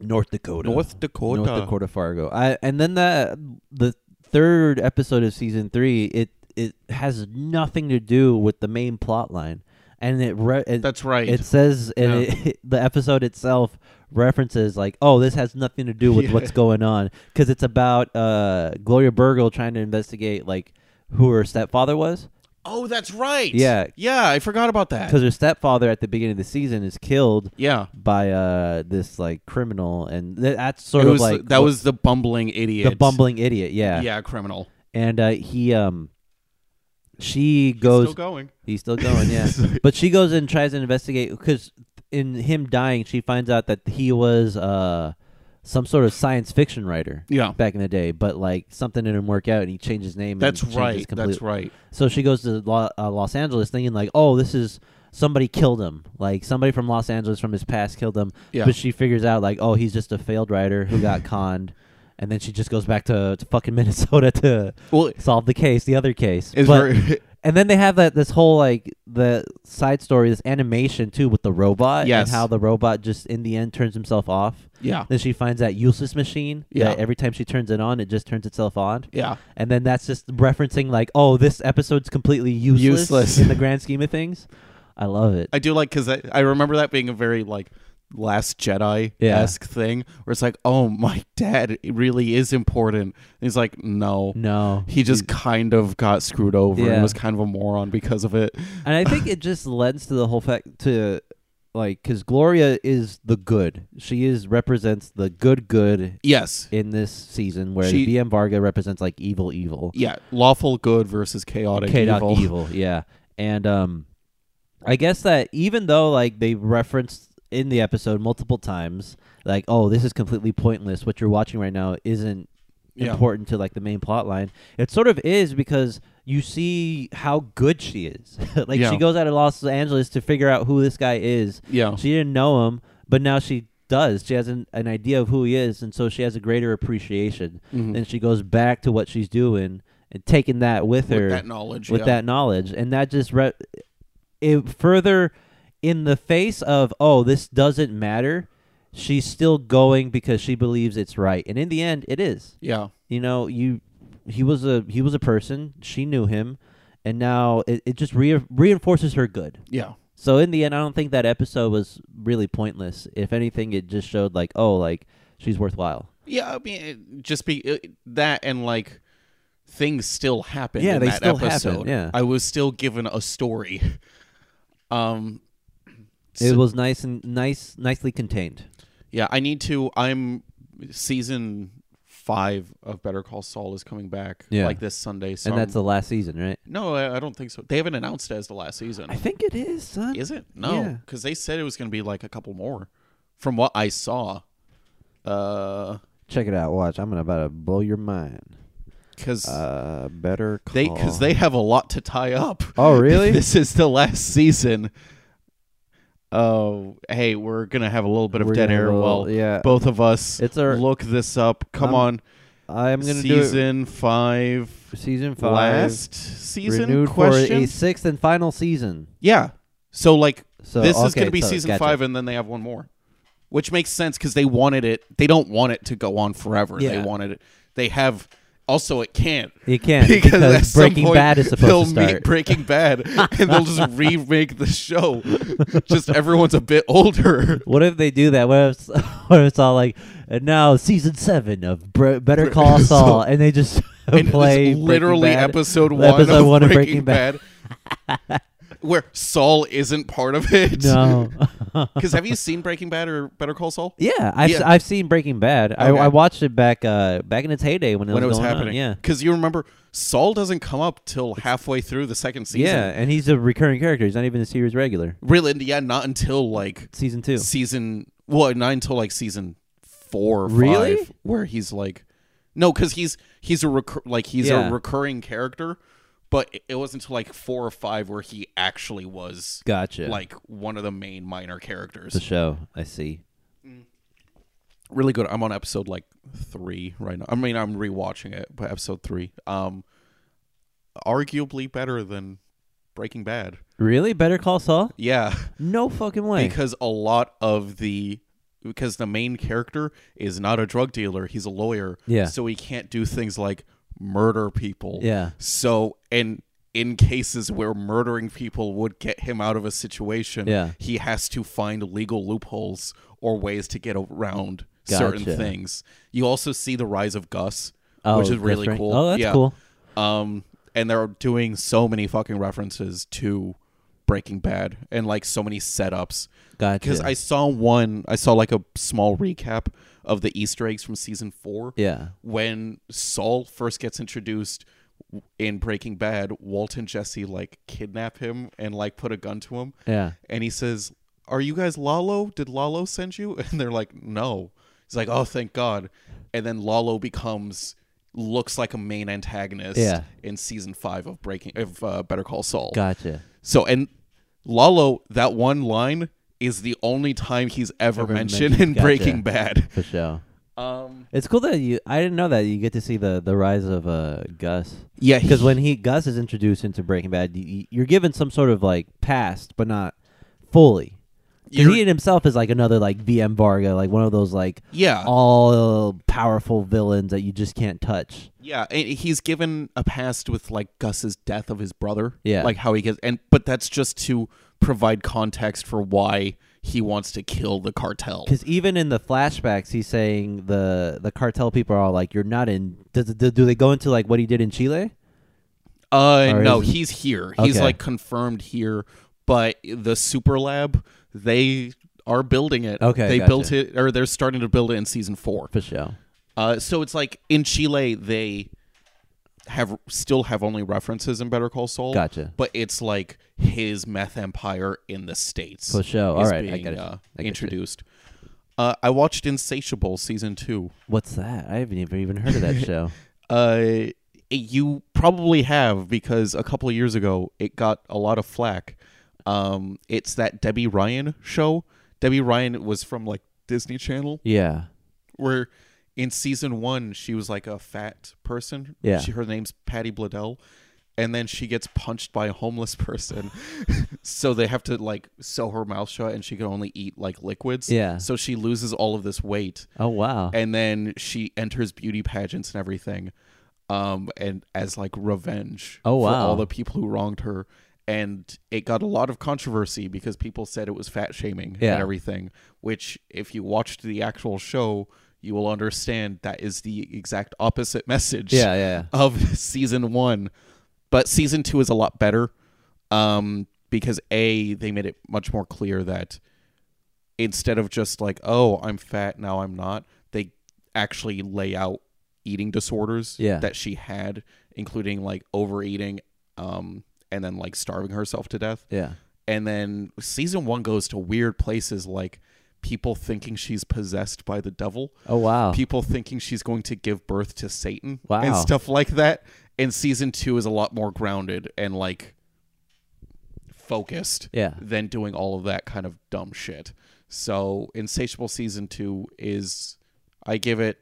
[SPEAKER 2] North Dakota.
[SPEAKER 3] North Dakota.
[SPEAKER 2] North Dakota Fargo. I, and then the the third episode of season three, it it has nothing to do with the main plot line, and it, re- it
[SPEAKER 3] That's right.
[SPEAKER 2] it says and
[SPEAKER 3] Yeah.
[SPEAKER 2] it, the episode itself references like, oh, this has nothing to do with
[SPEAKER 3] Yeah.
[SPEAKER 2] what's going on because it's about uh, Gloria Burgle trying to investigate like who her stepfather was
[SPEAKER 3] oh, that's right.
[SPEAKER 2] Yeah.
[SPEAKER 3] yeah. I forgot about that.
[SPEAKER 2] because her stepfather at the beginning of the season is killed
[SPEAKER 3] Yeah,
[SPEAKER 2] by uh this like criminal and th- that's
[SPEAKER 3] it
[SPEAKER 2] sort
[SPEAKER 3] was
[SPEAKER 2] of like
[SPEAKER 3] that
[SPEAKER 2] what-
[SPEAKER 3] was the bumbling idiot.
[SPEAKER 2] the bumbling idiot. Yeah,
[SPEAKER 3] yeah, criminal.
[SPEAKER 2] and uh, he um, she goes.
[SPEAKER 3] Still going.
[SPEAKER 2] he's still going. Yeah, but she goes and tries to investigate because in him dying, she finds out that he was uh some sort of science fiction writer
[SPEAKER 3] Yeah,
[SPEAKER 2] back in the day, but like something didn't work out, and he changed his name.
[SPEAKER 3] that's
[SPEAKER 2] and changes
[SPEAKER 3] right.
[SPEAKER 2] completely.
[SPEAKER 3] That's right.
[SPEAKER 2] So she goes to Lo- uh, Los Angeles thinking like, oh, this is somebody killed him. Like somebody from Los Angeles from his past killed him.
[SPEAKER 3] Yeah.
[SPEAKER 2] But she figures out like, oh, he's just a failed writer who got conned. And then she just goes back to, to fucking Minnesota to
[SPEAKER 3] Well,
[SPEAKER 2] solve the case, the other case.
[SPEAKER 3] it's
[SPEAKER 2] But-
[SPEAKER 3] very,
[SPEAKER 2] and then they have that this whole like the side story, this animation too with the robot
[SPEAKER 3] Yes.
[SPEAKER 2] and how the robot just in the end turns himself off.
[SPEAKER 3] yeah,
[SPEAKER 2] Then she finds that useless machine
[SPEAKER 3] Yeah.
[SPEAKER 2] that every time she turns it on, it just turns itself on
[SPEAKER 3] yeah.
[SPEAKER 2] and then that's just referencing like, oh, this episode's completely useless,
[SPEAKER 3] Useless.
[SPEAKER 2] in the grand scheme of things. I love it.
[SPEAKER 3] I do like because I, I remember that being a very like Last Jedi esque thing where it's like, oh, my dad really is important. And he's like, no.
[SPEAKER 2] no,
[SPEAKER 3] He just kind of got screwed over
[SPEAKER 2] Yeah.
[SPEAKER 3] and was kind of a moron because of it.
[SPEAKER 2] and I think it just lends to the whole fact to like because Gloria is the good. She is represents the good good
[SPEAKER 3] Yes.
[SPEAKER 2] in this season, where
[SPEAKER 3] She-
[SPEAKER 2] VM Varga represents like evil evil,
[SPEAKER 3] Yeah. Lawful good versus chaotic
[SPEAKER 2] chaotic
[SPEAKER 3] evil.
[SPEAKER 2] evil. Yeah, and um, I guess that even though like they referenced in the episode multiple times, like, oh, this is completely pointless. What you're watching right now isn't
[SPEAKER 3] Yeah.
[SPEAKER 2] important to like the main plot line. It sort of is because you see how good she is. like
[SPEAKER 3] Yeah.
[SPEAKER 2] she goes out to Los Angeles to figure out who this guy is.
[SPEAKER 3] Yeah.
[SPEAKER 2] She didn't know him, but now she does. She has an, an idea of who he is, and so she has a greater appreciation.
[SPEAKER 3] Mhm.
[SPEAKER 2] And she goes back to what she's doing and taking that with her
[SPEAKER 3] With that knowledge.
[SPEAKER 2] with
[SPEAKER 3] yeah.
[SPEAKER 2] that knowledge, and that just re- it further in the face of oh this doesn't matter. She's still going because she believes it's right, and in the end, it is.
[SPEAKER 3] Yeah.
[SPEAKER 2] You know, you he was a he was a person. She knew him, and now it, it just re- reinforces her good.
[SPEAKER 3] Yeah.
[SPEAKER 2] So in the end, I don't think that episode was really pointless. If anything, it just showed like oh like she's worthwhile.
[SPEAKER 3] Yeah, I mean, it- just be it, that and like things still happen.
[SPEAKER 2] Yeah,
[SPEAKER 3] in
[SPEAKER 2] they
[SPEAKER 3] that
[SPEAKER 2] still happen,
[SPEAKER 3] episode.
[SPEAKER 2] yeah.
[SPEAKER 3] I was still given a story. Um,
[SPEAKER 2] It was nice and nice, nicely contained.
[SPEAKER 3] yeah, I need to. I'm season five of Better Call Saul is coming back.
[SPEAKER 2] Yeah.
[SPEAKER 3] like this Sunday. So
[SPEAKER 2] And that's the
[SPEAKER 3] I'm-
[SPEAKER 2] last season, right?
[SPEAKER 3] no, I, I don't think so. They haven't announced it as the last season.
[SPEAKER 2] I think it is, son.
[SPEAKER 3] is it? No,
[SPEAKER 2] Yeah.
[SPEAKER 3] because they said it was going to be like a couple more, from what I saw. Uh,
[SPEAKER 2] Check it out. Watch. I'm about to blow your mind.
[SPEAKER 3] because
[SPEAKER 2] Uh, better call.
[SPEAKER 3] they because they have a lot to tie up.
[SPEAKER 2] Oh, really?
[SPEAKER 3] this is the last season. Oh, hey, we're gonna have a little bit of
[SPEAKER 2] We're
[SPEAKER 3] dead
[SPEAKER 2] gonna
[SPEAKER 3] air.
[SPEAKER 2] go-
[SPEAKER 3] Well,
[SPEAKER 2] yeah.
[SPEAKER 3] both of us.
[SPEAKER 2] It's our-
[SPEAKER 3] look this up.
[SPEAKER 2] I'm-
[SPEAKER 3] Come on,
[SPEAKER 2] I'm gonna do
[SPEAKER 3] season five,
[SPEAKER 2] it. season five.
[SPEAKER 3] last season
[SPEAKER 2] renewed for
[SPEAKER 3] question.
[SPEAKER 2] a sixth and final season.
[SPEAKER 3] yeah, so like
[SPEAKER 2] So
[SPEAKER 3] this is
[SPEAKER 2] okay,
[SPEAKER 3] gonna be
[SPEAKER 2] so,
[SPEAKER 3] season
[SPEAKER 2] gotcha.
[SPEAKER 3] five, and then they have one more, which makes sense because they wanted it. They don't want it to go on forever. They
[SPEAKER 2] Yeah.
[SPEAKER 3] wanted it. They have. Also, it can't.
[SPEAKER 2] You can't because,
[SPEAKER 3] at some
[SPEAKER 2] Breaking
[SPEAKER 3] point,
[SPEAKER 2] Bad is
[SPEAKER 3] they'll
[SPEAKER 2] supposed to
[SPEAKER 3] meet
[SPEAKER 2] start.
[SPEAKER 3] Breaking Bad, and they'll just remake the show. just everyone's a bit older.
[SPEAKER 2] what if they do that? What if, what if it's all like and now season seven of Bre- Better Call
[SPEAKER 3] So-
[SPEAKER 2] Saul, and they just
[SPEAKER 3] And
[SPEAKER 2] play
[SPEAKER 3] it's literally
[SPEAKER 2] Breaking Bad,
[SPEAKER 3] episode one,
[SPEAKER 2] episode
[SPEAKER 3] of,
[SPEAKER 2] one
[SPEAKER 3] Breaking
[SPEAKER 2] of Breaking
[SPEAKER 3] Bad, where Saul isn't part of it.
[SPEAKER 2] No.
[SPEAKER 3] because have you seen Breaking Bad or Better Call Saul?
[SPEAKER 2] yeah, I've
[SPEAKER 3] Yeah.
[SPEAKER 2] I've seen Breaking Bad.
[SPEAKER 3] Okay.
[SPEAKER 2] I, I watched it back uh back in its heyday when it
[SPEAKER 3] When it
[SPEAKER 2] was,
[SPEAKER 3] was
[SPEAKER 2] going
[SPEAKER 3] happening,
[SPEAKER 2] On. Yeah.
[SPEAKER 3] Because you remember Saul doesn't come up till halfway through the second season.
[SPEAKER 2] Yeah, and he's a recurring character. He's not even a series regular.
[SPEAKER 3] really. Yeah, not until like
[SPEAKER 2] Season two.
[SPEAKER 3] season well not until like season four or
[SPEAKER 2] Really?
[SPEAKER 3] five where he's like No, because he's he's a recur- like he's
[SPEAKER 2] Yeah.
[SPEAKER 3] a recurring character, but it, it wasn't until like four or five where he actually was
[SPEAKER 2] Gotcha.
[SPEAKER 3] like one of the main minor characters.
[SPEAKER 2] the show. I see.
[SPEAKER 3] really good. I'm on episode like three right now. I mean, I'm rewatching it, but episode three, um, arguably better than Breaking Bad.
[SPEAKER 2] Really, Better Call Saul?
[SPEAKER 3] Yeah,
[SPEAKER 2] No fucking way.
[SPEAKER 3] because a lot of the because the main character is not a drug dealer; he's a lawyer.
[SPEAKER 2] Yeah.
[SPEAKER 3] so he can't do things like murder people.
[SPEAKER 2] yeah.
[SPEAKER 3] So and in cases where murdering people would get him out of a situation,
[SPEAKER 2] Yeah.
[SPEAKER 3] he has to find legal loopholes or ways to get around
[SPEAKER 2] Gotcha.
[SPEAKER 3] certain things. You also see the rise of Gus,
[SPEAKER 2] Oh,
[SPEAKER 3] which is
[SPEAKER 2] Gus
[SPEAKER 3] really
[SPEAKER 2] Fring-
[SPEAKER 3] cool.
[SPEAKER 2] Oh, that's
[SPEAKER 3] Yeah.
[SPEAKER 2] cool.
[SPEAKER 3] Um, and they're doing so many fucking references to Breaking Bad and like so many setups.
[SPEAKER 2] Gotcha.
[SPEAKER 3] Because I saw one, I saw like a small recap of the Easter eggs from season four
[SPEAKER 2] yeah.
[SPEAKER 3] when Saul first gets introduced in Breaking Bad, Walt and Jesse like kidnap him and like put a gun to him.
[SPEAKER 2] Yeah.
[SPEAKER 3] And he says, Are you guys Lalo? Did Lalo send you? And they're like, No. He's like, Oh, thank God. And then Lalo becomes looks like a main antagonist
[SPEAKER 2] Yeah.
[SPEAKER 3] in season five of Breaking of uh, Better Call Saul.
[SPEAKER 2] Gotcha.
[SPEAKER 3] So and Lalo, that one line is the only time he's ever,
[SPEAKER 2] Ever
[SPEAKER 3] mentioned,
[SPEAKER 2] mentioned,
[SPEAKER 3] in
[SPEAKER 2] gotcha.
[SPEAKER 3] Breaking Bad.
[SPEAKER 2] For show.
[SPEAKER 3] Um,
[SPEAKER 2] It's cool that you. I didn't know that you get to see the the rise of uh Gus.
[SPEAKER 3] yeah,
[SPEAKER 2] Because when he Gus is introduced into Breaking Bad, you, you're given some sort of like past, but not fully. 'Cause
[SPEAKER 3] You're-
[SPEAKER 2] He himself is like another like VM Varga, like one of those like
[SPEAKER 3] yeah,
[SPEAKER 2] all powerful villains that you just can't touch.
[SPEAKER 3] Yeah, and he's given a past with like Gus's death of his brother.
[SPEAKER 2] Yeah.
[SPEAKER 3] like how he gets, and but that's just to provide context for why he wants to kill the cartel.
[SPEAKER 2] Because even in the flashbacks, he's saying the the cartel people are all like, "You're not in." Does, do, do they go into like what he did in Chile?
[SPEAKER 3] Uh,
[SPEAKER 2] Or
[SPEAKER 3] no,
[SPEAKER 2] is it-
[SPEAKER 3] he's here. He's
[SPEAKER 2] Okay.
[SPEAKER 3] like confirmed here, but the super lab they are building it.
[SPEAKER 2] Okay,
[SPEAKER 3] they
[SPEAKER 2] gotcha.
[SPEAKER 3] built it, or they're starting to build it in season four.
[SPEAKER 2] For sure.
[SPEAKER 3] Uh, so it's like in Chile they have still have only references in Better Call Saul.
[SPEAKER 2] Gotcha.
[SPEAKER 3] But it's like his meth empire in the states.
[SPEAKER 2] For sure. All
[SPEAKER 3] is
[SPEAKER 2] right, I
[SPEAKER 3] being,
[SPEAKER 2] get it.
[SPEAKER 3] uh,
[SPEAKER 2] I get it.
[SPEAKER 3] introduced. Uh, I watched Insatiable season two.
[SPEAKER 2] What's that? I haven't even even heard of that show.
[SPEAKER 3] Uh, you probably have because a couple of years ago it got a lot of flack. Um, it's that Debbie Ryan show. Debbie Ryan was from like Disney Channel.
[SPEAKER 2] Yeah.
[SPEAKER 3] where in season one she was like a fat person.
[SPEAKER 2] Yeah.
[SPEAKER 3] She, her name's Patty Bladell. And then she gets punched by a homeless person. so they have to like sew her mouth shut and she can only eat like liquids.
[SPEAKER 2] Yeah.
[SPEAKER 3] So she loses all of this weight.
[SPEAKER 2] Oh wow.
[SPEAKER 3] And then she enters beauty pageants and everything. Um, and as like revenge
[SPEAKER 2] Oh,
[SPEAKER 3] for
[SPEAKER 2] wow.
[SPEAKER 3] all the people who wronged her. And it got a lot of controversy because people said it was fat shaming
[SPEAKER 2] Yeah.
[SPEAKER 3] and everything. Which, if you watched the actual show, you will understand that is the exact opposite message
[SPEAKER 2] yeah, yeah.
[SPEAKER 3] of season one. But season two is a lot better um, because A, they made it much more clear that instead of just like, oh, I'm fat, now I'm not, they actually lay out eating disorders
[SPEAKER 2] Yeah.
[SPEAKER 3] that she had, including like overeating um, and then like starving herself to death.
[SPEAKER 2] Yeah.
[SPEAKER 3] And then season one goes to weird places like people thinking she's possessed by the devil
[SPEAKER 2] Oh wow.
[SPEAKER 3] people thinking she's going to give birth to Satan
[SPEAKER 2] Wow.
[SPEAKER 3] and stuff like that. And season two is a lot more grounded and like focused
[SPEAKER 2] Yeah.
[SPEAKER 3] than doing all of that kind of dumb shit. So Insatiable season two is I give it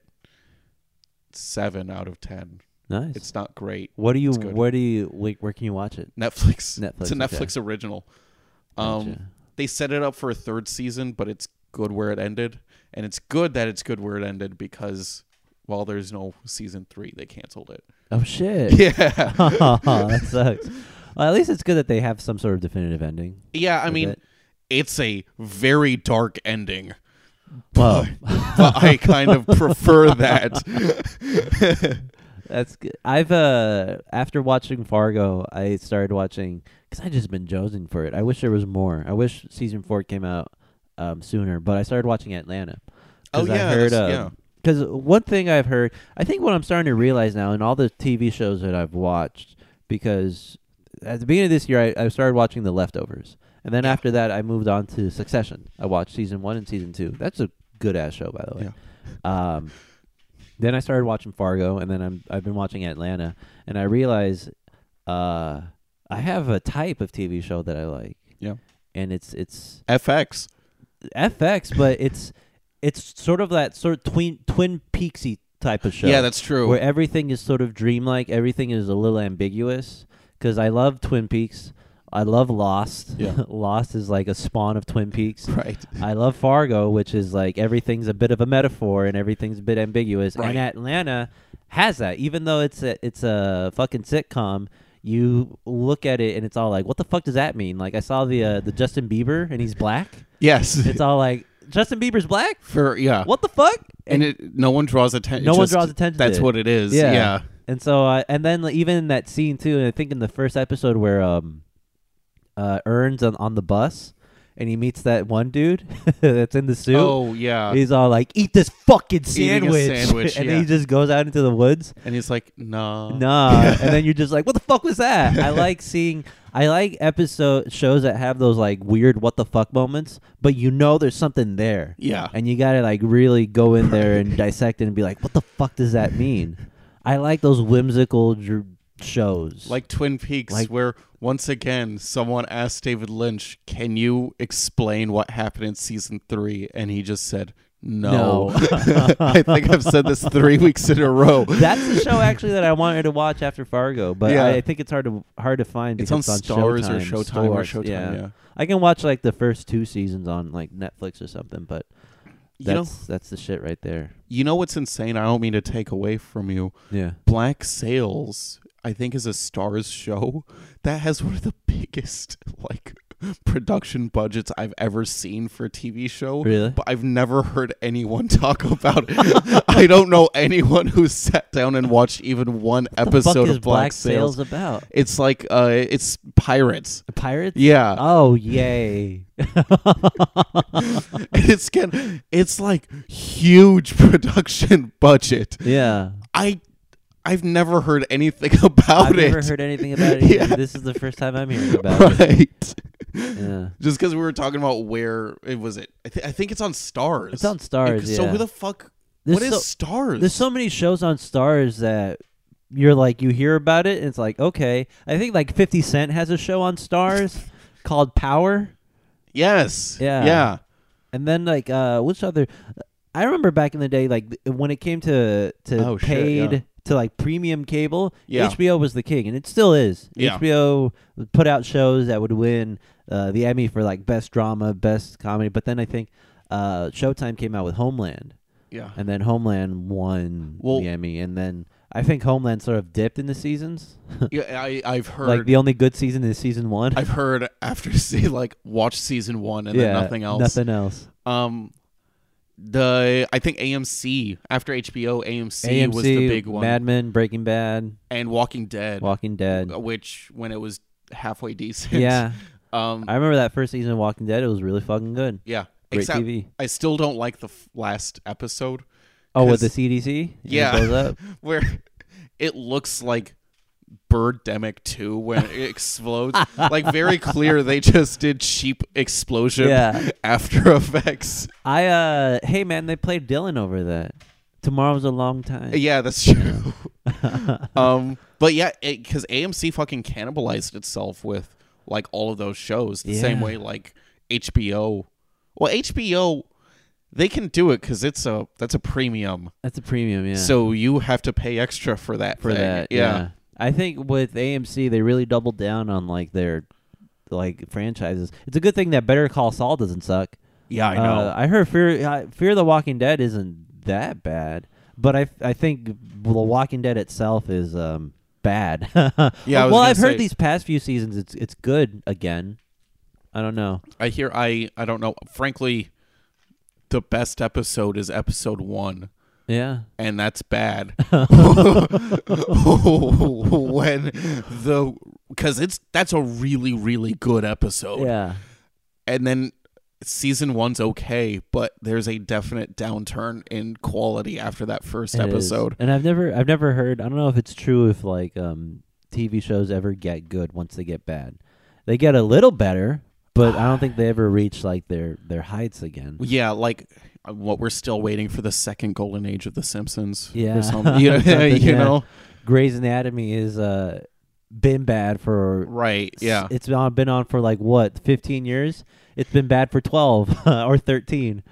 [SPEAKER 3] seven out of ten.
[SPEAKER 2] nice.
[SPEAKER 3] It's not great.
[SPEAKER 2] what do you?
[SPEAKER 3] good.
[SPEAKER 2] Where do you? Where, where can you watch it?
[SPEAKER 3] Netflix.
[SPEAKER 2] Netflix,
[SPEAKER 3] It's a
[SPEAKER 2] okay.
[SPEAKER 3] Netflix original. Um
[SPEAKER 2] Gotcha.
[SPEAKER 3] they set it up for a third season, but it's good where it ended, and it's good that it's good where it ended because while there's no season three, they canceled it.
[SPEAKER 2] Oh shit.
[SPEAKER 3] Yeah,
[SPEAKER 2] that sucks. Well, at least it's good that they have some sort of definitive ending.
[SPEAKER 3] yeah. I
[SPEAKER 2] Is
[SPEAKER 3] mean,
[SPEAKER 2] it?
[SPEAKER 3] it's a very dark ending,
[SPEAKER 2] Well,
[SPEAKER 3] but I kind of prefer that.
[SPEAKER 2] that's good. I've uh after watching Fargo, I started watching because I just been jonesing for it. I wish there was more. I wish season four came out um sooner, but I started watching Atlanta. 'Cause
[SPEAKER 3] Oh, yeah,
[SPEAKER 2] I heard,
[SPEAKER 3] that's-
[SPEAKER 2] um,
[SPEAKER 3] yeah.
[SPEAKER 2] Because one thing I've heard, I think what I'm starting to realize now in all the TV shows that I've watched, because at the beginning of this year, I, I started watching The Leftovers. And then after that, I moved on to Succession. I watched season one and season two. That's a good ass show, by the way. Um, then I started watching Fargo, and then I'm I've been watching Atlanta, and I realize uh, I have a type of TV show that I like.
[SPEAKER 3] Yeah.
[SPEAKER 2] and it's it's
[SPEAKER 3] FX.
[SPEAKER 2] FX, but it's it's sort of that sort of twin Twin Peaksy type of show.
[SPEAKER 3] Yeah, that's true.
[SPEAKER 2] where everything is sort of dreamlike, everything is a little ambiguous. Because I love Twin Peaks, I love Lost.
[SPEAKER 3] Yeah.
[SPEAKER 2] Lost is like a spawn of Twin Peaks.
[SPEAKER 3] right.
[SPEAKER 2] I love Fargo, which is like everything's a bit of a metaphor and everything's a bit ambiguous.
[SPEAKER 3] Right.
[SPEAKER 2] And Atlanta has that, even though it's a, it's a fucking sitcom. You look at it and it's all like, what the fuck does that mean? Like I saw the uh, the Justin Bieber and he's black.
[SPEAKER 3] Yes.
[SPEAKER 2] It's all like Justin Bieber's black.
[SPEAKER 3] For yeah.
[SPEAKER 2] What the fuck?
[SPEAKER 3] And it no one draws attention.
[SPEAKER 2] No one draws attention to
[SPEAKER 3] That's
[SPEAKER 2] it.
[SPEAKER 3] what it is.
[SPEAKER 2] Yeah.
[SPEAKER 3] Yeah.
[SPEAKER 2] And so, uh, and then like, even in that scene too, and I think in the first episode where um, uh, Earns on, on the bus, and he meets that one dude that's in the suit.
[SPEAKER 3] Oh yeah.
[SPEAKER 2] He's all like, "Eat this fucking
[SPEAKER 3] Eating a
[SPEAKER 2] sandwich,",
[SPEAKER 3] sandwich,
[SPEAKER 2] and
[SPEAKER 3] yeah. Uh-huh.
[SPEAKER 2] then he just goes out into the woods.
[SPEAKER 3] and he's like, nah.
[SPEAKER 2] Nah, and then you're just like, "What the fuck was that?" I like seeing, I like episode shows that have those like weird "what the fuck" moments, but you know there's something there,
[SPEAKER 3] Yeah.
[SPEAKER 2] and you gotta like really go in there and dissect it and be like, "What the fuck does that mean?" I like those whimsical dr- shows.
[SPEAKER 3] Like Twin Peaks,
[SPEAKER 2] Like-
[SPEAKER 3] where once again someone asked David Lynch, "Can you explain what happened in season three? And he just said, "No." I think I've said this three weeks in a row.
[SPEAKER 2] that's the show actually that I wanted to watch after Fargo, but
[SPEAKER 3] Yeah.
[SPEAKER 2] I, I think it's hard to hard to find.
[SPEAKER 3] It's
[SPEAKER 2] because
[SPEAKER 3] on
[SPEAKER 2] it's
[SPEAKER 3] Starz
[SPEAKER 2] Showtime,
[SPEAKER 3] or Showtime or
[SPEAKER 2] Starz,
[SPEAKER 3] Showtime, yeah.
[SPEAKER 2] I can watch like the first two seasons on like Netflix or something, but that's
[SPEAKER 3] you know,
[SPEAKER 2] that's the shit right there.
[SPEAKER 3] you know what's insane? I don't mean to take away from you.
[SPEAKER 2] Yeah,
[SPEAKER 3] Black Sails, I think, is a stars show that has one of the biggest like production budgets I've ever seen for a TV show.
[SPEAKER 2] Really?
[SPEAKER 3] But I've never heard anyone talk about it. I don't know anyone who sat down and watched even one
[SPEAKER 2] Fuck
[SPEAKER 3] episode
[SPEAKER 2] is
[SPEAKER 3] of Black Sails.
[SPEAKER 2] about
[SPEAKER 3] It's like uh it's pirates.
[SPEAKER 2] pirates.
[SPEAKER 3] Yeah.
[SPEAKER 2] Oh yay!
[SPEAKER 3] it's can it's like huge production budget.
[SPEAKER 2] yeah,
[SPEAKER 3] I I've never heard anything about
[SPEAKER 2] I've
[SPEAKER 3] it.
[SPEAKER 2] never heard anything about it. either.
[SPEAKER 3] Yeah.
[SPEAKER 2] This is the first time I'm hearing about it.
[SPEAKER 3] right.
[SPEAKER 2] Yeah.
[SPEAKER 3] Just because we were talking about where it was, it I, th- I think it's on Stars.
[SPEAKER 2] It's on Starz,
[SPEAKER 3] So
[SPEAKER 2] yeah.
[SPEAKER 3] who the fuck?
[SPEAKER 2] There's
[SPEAKER 3] what is
[SPEAKER 2] so-
[SPEAKER 3] Stars?
[SPEAKER 2] There's so many shows on Stars that you're like you hear about it and it's like okay. I think like 50 Cent has a show on Stars called Power,
[SPEAKER 3] yes.
[SPEAKER 2] Yeah.
[SPEAKER 3] Yeah.
[SPEAKER 2] and then like uh which other? I remember back in the day like th- when it came to to
[SPEAKER 3] Oh, shit,
[SPEAKER 2] paid
[SPEAKER 3] yeah.
[SPEAKER 2] to like premium cable,
[SPEAKER 3] Yeah.
[SPEAKER 2] HBO was the king and it still is.
[SPEAKER 3] Yeah.
[SPEAKER 2] HBO put out shows that would win uh, the Emmy for like best drama, best comedy, but then I think uh Showtime came out with Homeland.
[SPEAKER 3] Yeah.
[SPEAKER 2] And then Homeland won
[SPEAKER 3] Well-
[SPEAKER 2] the Emmy, and then I think Homeland sort of dipped in the seasons.
[SPEAKER 3] yeah I I've heard.
[SPEAKER 2] like the only good season is season one.
[SPEAKER 3] I've heard after see like watch season one and then nothing else.
[SPEAKER 2] Nothing else.
[SPEAKER 3] Um, the I think AMC after HBO AMC,
[SPEAKER 2] AMC
[SPEAKER 3] was the big one
[SPEAKER 2] Mad Men, Breaking Bad,
[SPEAKER 3] and Walking Dead,
[SPEAKER 2] Walking Dead.
[SPEAKER 3] which when it was halfway decent.
[SPEAKER 2] yeah,
[SPEAKER 3] Um.
[SPEAKER 2] I remember that first season of Walking Dead. It was really fucking good.
[SPEAKER 3] yeah.
[SPEAKER 2] Great
[SPEAKER 3] Except
[SPEAKER 2] TV.
[SPEAKER 3] I still don't like the f- last episode.
[SPEAKER 2] Oh, with the
[SPEAKER 3] 'Cause-
[SPEAKER 2] CDC. And it
[SPEAKER 3] Yeah.
[SPEAKER 2] goes up?
[SPEAKER 3] where it looks like Birdemic 2 when it explodes. like very clear they just did cheap explosion
[SPEAKER 2] Yeah.
[SPEAKER 3] after effects.
[SPEAKER 2] I uh, hey man, they played Dylan over that. Tomorrow's a long time.
[SPEAKER 3] Uh, Yeah, that's true. um but yeah, cuz AMC fucking cannibalized itself with like all of those shows the same
[SPEAKER 2] Yeah.
[SPEAKER 3] way like HBO. Well, HBO they can do it cuz it's a that's a premium.
[SPEAKER 2] That's a premium. Yeah.
[SPEAKER 3] So you have to pay extra for that
[SPEAKER 2] for
[SPEAKER 3] thing.
[SPEAKER 2] that. Yeah. I think with AMC they really doubled down on like their like franchises. It's a good thing that Better Call Saul doesn't suck.
[SPEAKER 3] Yeah, I know.
[SPEAKER 2] Uh, I heard Fear uh, Fear the Walking Dead isn't that bad, but I I think The Walking Dead itself is um bad.
[SPEAKER 3] Yeah, I was
[SPEAKER 2] well,
[SPEAKER 3] gonna
[SPEAKER 2] I've
[SPEAKER 3] say-
[SPEAKER 2] heard these past few seasons it's it's good again. I don't know.
[SPEAKER 3] I hear I I don't know. Frankly, the best episode is episode one,
[SPEAKER 2] Yeah.
[SPEAKER 3] and that's bad. when the because it's that's a really really good episode,
[SPEAKER 2] Yeah.
[SPEAKER 3] and then season one's okay, but there's a definite downturn in quality after that first
[SPEAKER 2] It is.
[SPEAKER 3] episode.
[SPEAKER 2] And I've never I've never heard I don't know if it's true if like um TV shows ever get good once they get bad. They get a little better, but I don't think they ever reach like their their heights again.
[SPEAKER 3] Yeah, like uh, what we're still waiting for the second golden age of The Simpsons.
[SPEAKER 2] Yeah.
[SPEAKER 3] or something. You know,
[SPEAKER 2] Something,
[SPEAKER 3] you
[SPEAKER 2] yeah.
[SPEAKER 3] know?
[SPEAKER 2] Grey's Anatomy is uh been bad for
[SPEAKER 3] right? Yeah,
[SPEAKER 2] It's been on, been on for like what, 15 years? It's been bad for 12 or 13.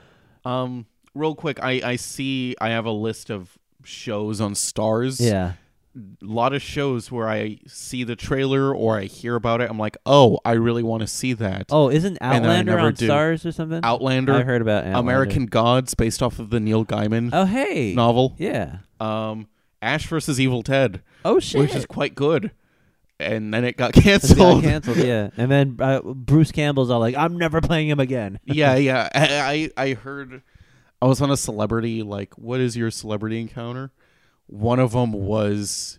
[SPEAKER 3] Um, real quick, I I see I have a list of shows on Stars.
[SPEAKER 2] Yeah.
[SPEAKER 3] a lot of shows where I see the trailer or I hear about it. I'm like, oh, I really want to see that.
[SPEAKER 2] Oh, isn't
[SPEAKER 3] And I
[SPEAKER 2] Outlander
[SPEAKER 3] never
[SPEAKER 2] on
[SPEAKER 3] do.
[SPEAKER 2] Stars or something?
[SPEAKER 3] Outlander,
[SPEAKER 2] I heard about Outlander.
[SPEAKER 3] American Gods, based off of the Neil Gaiman
[SPEAKER 2] Oh, hey.
[SPEAKER 3] novel.
[SPEAKER 2] Yeah.
[SPEAKER 3] Um, Ash versus Evil Ted,
[SPEAKER 2] Oh shit.
[SPEAKER 3] which is quite good, and then it got
[SPEAKER 2] It got
[SPEAKER 3] canceled.
[SPEAKER 2] canceled, yeah. And then uh, Bruce Campbell's all like, "I'm never playing him again."
[SPEAKER 3] yeah, yeah. I, I I heard I was on a celebrity like what is your celebrity encounter? One of them was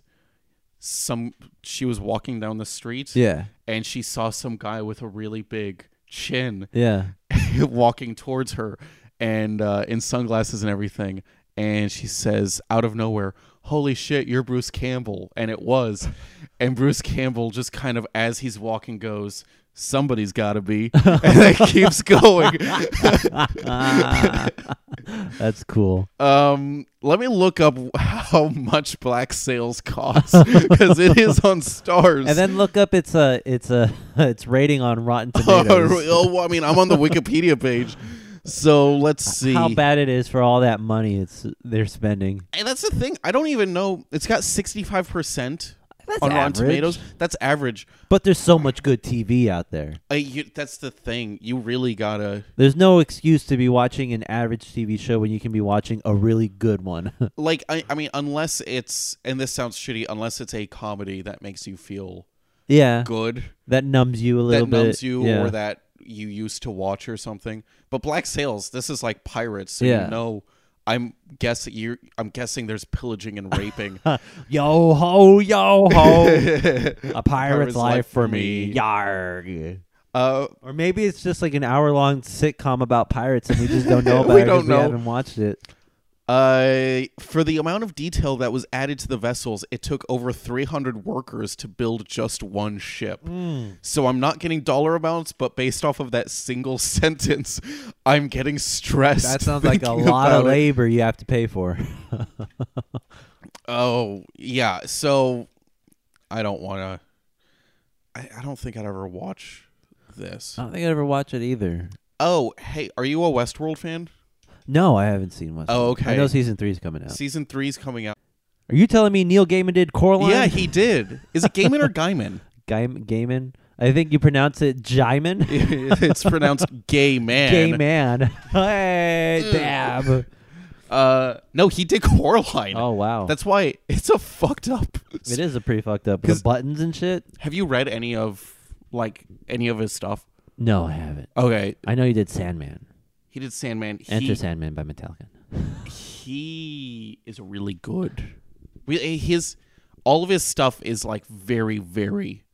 [SPEAKER 3] some she was walking down the street
[SPEAKER 2] Yeah,
[SPEAKER 3] and she saw some guy with a really big chin
[SPEAKER 2] yeah.
[SPEAKER 3] walking towards her and uh, in sunglasses and everything and she says out of nowhere holy shit you're bruce campbell and it was and bruce campbell just kind of as he's walking goes somebody's gotta be and it keeps going
[SPEAKER 2] Ah, that's cool.
[SPEAKER 3] um let me look up how much black sales costs because it is on stars
[SPEAKER 2] And then look up its uh, its uh, its rating on Rotten
[SPEAKER 3] oh,
[SPEAKER 2] Tomatoes.
[SPEAKER 3] well, i mean i'm on the wikipedia page so let's see
[SPEAKER 2] How bad it is for all that money it's they're spending.
[SPEAKER 3] And that's the thing. I don't even know. It's got 65%
[SPEAKER 2] That's
[SPEAKER 3] on Rotten
[SPEAKER 2] average.
[SPEAKER 3] Tomatoes. That's average.
[SPEAKER 2] But there's so much good TV out there.
[SPEAKER 3] Uh, you, that's the thing. You really gotta.
[SPEAKER 2] There's no excuse to be watching an average TV show when you can be watching a really good one.
[SPEAKER 3] Like, I, I mean, unless it's. And this sounds shitty. Unless it's a comedy that makes you feel
[SPEAKER 2] yeah,
[SPEAKER 3] good,
[SPEAKER 2] that numbs you a little
[SPEAKER 3] that
[SPEAKER 2] bit.
[SPEAKER 3] numbs you,
[SPEAKER 2] yeah.
[SPEAKER 3] or that you used to watch or something. But Black Sails, this is like pirates. So
[SPEAKER 2] Yeah.
[SPEAKER 3] you know. I'm guess you I'm guessing there's pillaging and raping.
[SPEAKER 2] Uh, Yo ho, yo ho. a pirate's,
[SPEAKER 3] Pirate's
[SPEAKER 2] life,
[SPEAKER 3] life
[SPEAKER 2] for
[SPEAKER 3] for
[SPEAKER 2] me.
[SPEAKER 3] me.
[SPEAKER 2] Yarg.
[SPEAKER 3] uh,
[SPEAKER 2] Or maybe it's just like an hour long sitcom about pirates and we just don't know about
[SPEAKER 3] We
[SPEAKER 2] it 'cause
[SPEAKER 3] don't know.
[SPEAKER 2] we haven't watched it.
[SPEAKER 3] Uh, for the amount of detail that was added to the vessels, it took over 300 workers to build just one ship.
[SPEAKER 2] Hmm.
[SPEAKER 3] So I'm not getting dollar amounts, but based off of that single sentence, I'm getting stressed.
[SPEAKER 2] That sounds like a
[SPEAKER 3] thinking
[SPEAKER 2] lot of
[SPEAKER 3] about it.
[SPEAKER 2] labor you have to pay for.
[SPEAKER 3] Oh, yeah. So I don't want to. I, I don't think I'd ever watch this.
[SPEAKER 2] I don't think I'd ever watch it either.
[SPEAKER 3] oh, hey, are you a Westworld fan?
[SPEAKER 2] No, I haven't seen one.
[SPEAKER 3] Oh,
[SPEAKER 2] I
[SPEAKER 3] okay.
[SPEAKER 2] know season three's coming out.
[SPEAKER 3] Season three's coming out.
[SPEAKER 2] Are you telling me Neil Gaiman did Coraline?
[SPEAKER 3] Yeah, he did. Is it Gaiman or Gaiman?
[SPEAKER 2] Gaim- Gaiman. I think you pronounce it Jaiman.
[SPEAKER 3] it's pronounced gay man.
[SPEAKER 2] Gay man. hey, dab.
[SPEAKER 3] Uh, no, he did Coraline.
[SPEAKER 2] Oh wow.
[SPEAKER 3] That's why it's a fucked up.
[SPEAKER 2] It is a pretty fucked up. The
[SPEAKER 3] 'Cause-
[SPEAKER 2] buttons and shit.
[SPEAKER 3] Have you read any of like any of his stuff?
[SPEAKER 2] No, I haven't.
[SPEAKER 3] Okay,
[SPEAKER 2] I know you did Sandman.
[SPEAKER 3] he did Sandman. He,
[SPEAKER 2] Enter Sandman by Metallica.
[SPEAKER 3] he is really good. Re- His all of his stuff is like very very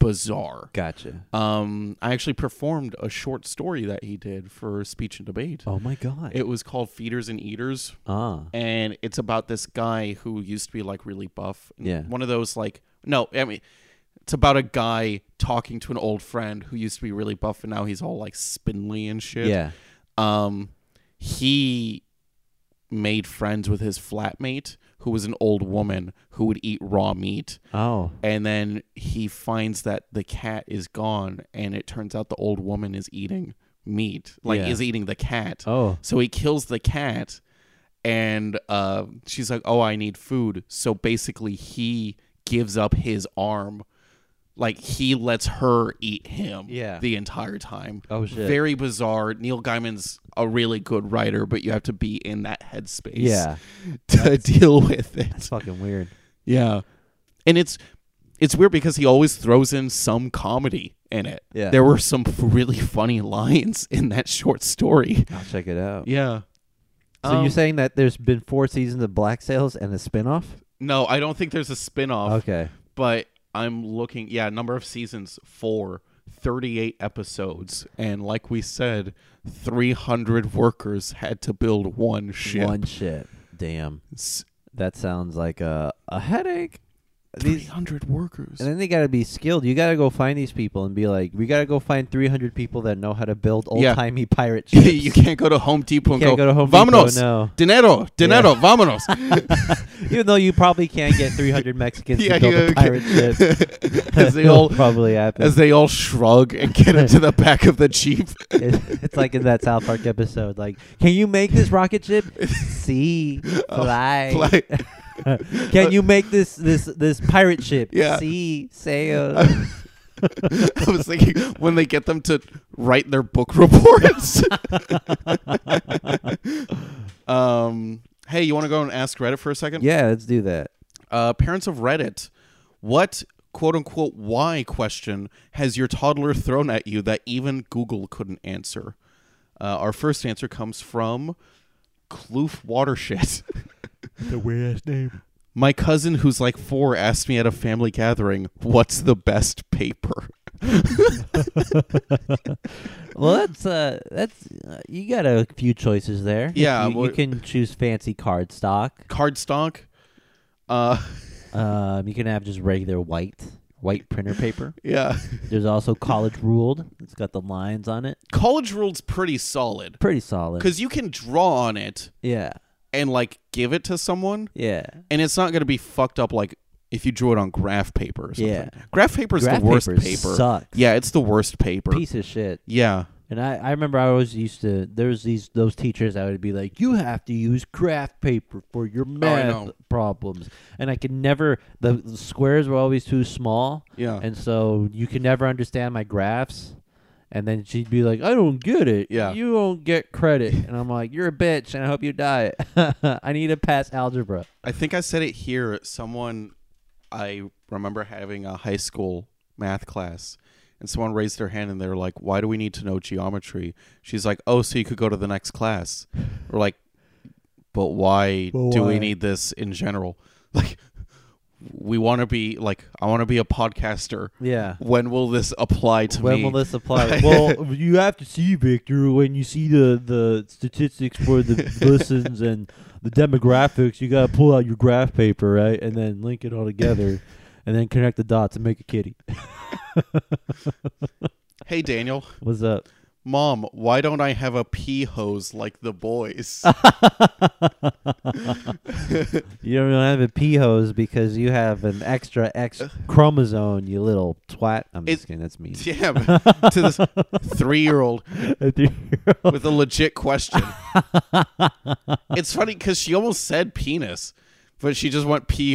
[SPEAKER 3] bizarre.
[SPEAKER 2] Gotcha.
[SPEAKER 3] Um, I actually performed a short story that he did for speech and debate.
[SPEAKER 2] Oh my god.
[SPEAKER 3] It was called Feeders and Eaters.
[SPEAKER 2] ah.
[SPEAKER 3] and it's about this guy who used to be like really buff. And
[SPEAKER 2] Yeah.
[SPEAKER 3] One of those like no, I mean it's about a guy talking to an old friend who used to be really buff and now he's all like spindly and shit.
[SPEAKER 2] Yeah.
[SPEAKER 3] Um he made friends with his flatmate who was an old woman who would eat raw meat
[SPEAKER 2] Oh.
[SPEAKER 3] and then he finds that the cat is gone and it turns out the old woman is eating meat like
[SPEAKER 2] Yeah.
[SPEAKER 3] is eating the cat
[SPEAKER 2] Oh.
[SPEAKER 3] so he kills the cat, and uh, she's like, "Oh, I need food." So basically, he gives up his arm, like he lets her eat him.
[SPEAKER 2] Yeah.
[SPEAKER 3] the entire time.
[SPEAKER 2] Oh, shit.
[SPEAKER 3] Very bizarre. Neil Gaiman's a really good writer, but you have to be in that headspace.
[SPEAKER 2] Yeah.
[SPEAKER 3] to deal with
[SPEAKER 2] It's
[SPEAKER 3] it.
[SPEAKER 2] fucking weird.
[SPEAKER 3] Yeah, and it's it's weird because he always throws in some comedy in it.
[SPEAKER 2] Yeah.
[SPEAKER 3] there were some really funny lines in that short story.
[SPEAKER 2] I'll check it out.
[SPEAKER 3] Yeah.
[SPEAKER 2] So you're saying that there's been four seasons of Black Sails and a spinoff?
[SPEAKER 3] No, I don't think there's a spin-off,
[SPEAKER 2] Okay.
[SPEAKER 3] but I'm looking yeah, number of seasons 4, 38 episodes, and like we said, 300 workers had to build one ship.
[SPEAKER 2] One ship. Damn.
[SPEAKER 3] S-
[SPEAKER 2] That sounds like a a headache. these-
[SPEAKER 3] 300 workers.
[SPEAKER 2] And then they got to be skilled. You got to go find these people and be like, we got to go find 300 people that know how to build old
[SPEAKER 3] Yeah.
[SPEAKER 2] timey pirate ships.
[SPEAKER 3] you can't go to Home Depot and
[SPEAKER 2] can't go
[SPEAKER 3] go,
[SPEAKER 2] to Home Depot,
[SPEAKER 3] Vámonos.
[SPEAKER 2] no."
[SPEAKER 3] Dinero, dinero, vámonos.
[SPEAKER 2] Even though you probably can't get 300 Mexicans
[SPEAKER 3] Yeah,
[SPEAKER 2] to build
[SPEAKER 3] yeah,
[SPEAKER 2] a pirate ship.
[SPEAKER 3] as they all
[SPEAKER 2] It'll probably happen.
[SPEAKER 3] as they all shrug and get into the back of the jeep.
[SPEAKER 2] It- it's like in that South Park episode. Like, can you make this rocket ship? See, fly.
[SPEAKER 3] Oh, Fly.
[SPEAKER 2] can you make this this this pirate ship?
[SPEAKER 3] Yeah.
[SPEAKER 2] See, sail.
[SPEAKER 3] I was thinking when they get them to write their book reports. um, hey, you want to go and ask Reddit for a second?
[SPEAKER 2] yeah, let's do that.
[SPEAKER 3] Uh, parents of Reddit, what quote unquote why question has your toddler thrown at you that even Google couldn't answer? Uh, our first answer comes from Kloof Watershed.
[SPEAKER 2] The weirdest name.
[SPEAKER 3] My cousin, who's like four, asked me at a family gathering, "What's the best paper?"
[SPEAKER 2] Well, that's uh, that's uh, you got a few choices there.
[SPEAKER 3] Yeah,
[SPEAKER 2] you, you
[SPEAKER 3] well-
[SPEAKER 2] can choose fancy cardstock.
[SPEAKER 3] Cardstock. Uh,
[SPEAKER 2] Um, you can have just regular white white printer paper.
[SPEAKER 3] yeah.
[SPEAKER 2] There's also college ruled. It's got the lines on it.
[SPEAKER 3] College rule's pretty solid
[SPEAKER 2] Pretty solid.
[SPEAKER 3] because you can draw on it
[SPEAKER 2] yeah,
[SPEAKER 3] and like give it to someone,
[SPEAKER 2] yeah.
[SPEAKER 3] and it's not going to be fucked up like if you drew it on graph paper. Or something.
[SPEAKER 2] Yeah.
[SPEAKER 3] graph paper is the
[SPEAKER 2] Graph
[SPEAKER 3] worst
[SPEAKER 2] paper
[SPEAKER 3] paper.
[SPEAKER 2] sucks.
[SPEAKER 3] Yeah, it's the worst paper.
[SPEAKER 2] Piece of shit.
[SPEAKER 3] Yeah,
[SPEAKER 2] And I, I remember I always used to there's these those teachers that would be like, You have to use craft paper for your math
[SPEAKER 3] Oh, know.
[SPEAKER 2] problems. And I could never the, the squares were always too small.
[SPEAKER 3] Yeah.
[SPEAKER 2] And so you could never understand my graphs. And then she'd be like, I don't get it.
[SPEAKER 3] Yeah.
[SPEAKER 2] You don't get credit. And I'm like, You're a bitch and I hope you die. I need to pass algebra.
[SPEAKER 3] I think I said it here. Someone, I remember having a high school math class, and someone raised their hand and they were like, Why do we need to know geometry? She's like, Oh, so you could go to the next class. We're like, But why do we need this in general? Like, we want to be, like, I want to be a podcaster.
[SPEAKER 2] Yeah.
[SPEAKER 3] When will this apply to
[SPEAKER 2] When
[SPEAKER 3] me?
[SPEAKER 2] will this apply? well, you have to see Victor when you see the the statistics for the listens and the demographics. You gotta pull out your graph paper, right, and then link it all together, and then connect the dots and make a kitty.
[SPEAKER 3] hey, Daniel.
[SPEAKER 2] What's up?
[SPEAKER 3] Mom, why don't I have a pee hose like the boys?
[SPEAKER 2] You don't have a pee hose because you have an extra X chromosome, you little twat. I'm
[SPEAKER 3] Uh. It-
[SPEAKER 2] just kidding. That's me.
[SPEAKER 3] yeah, but to this three year old. with a legit question. it's funny because she almost said penis, but she just went pee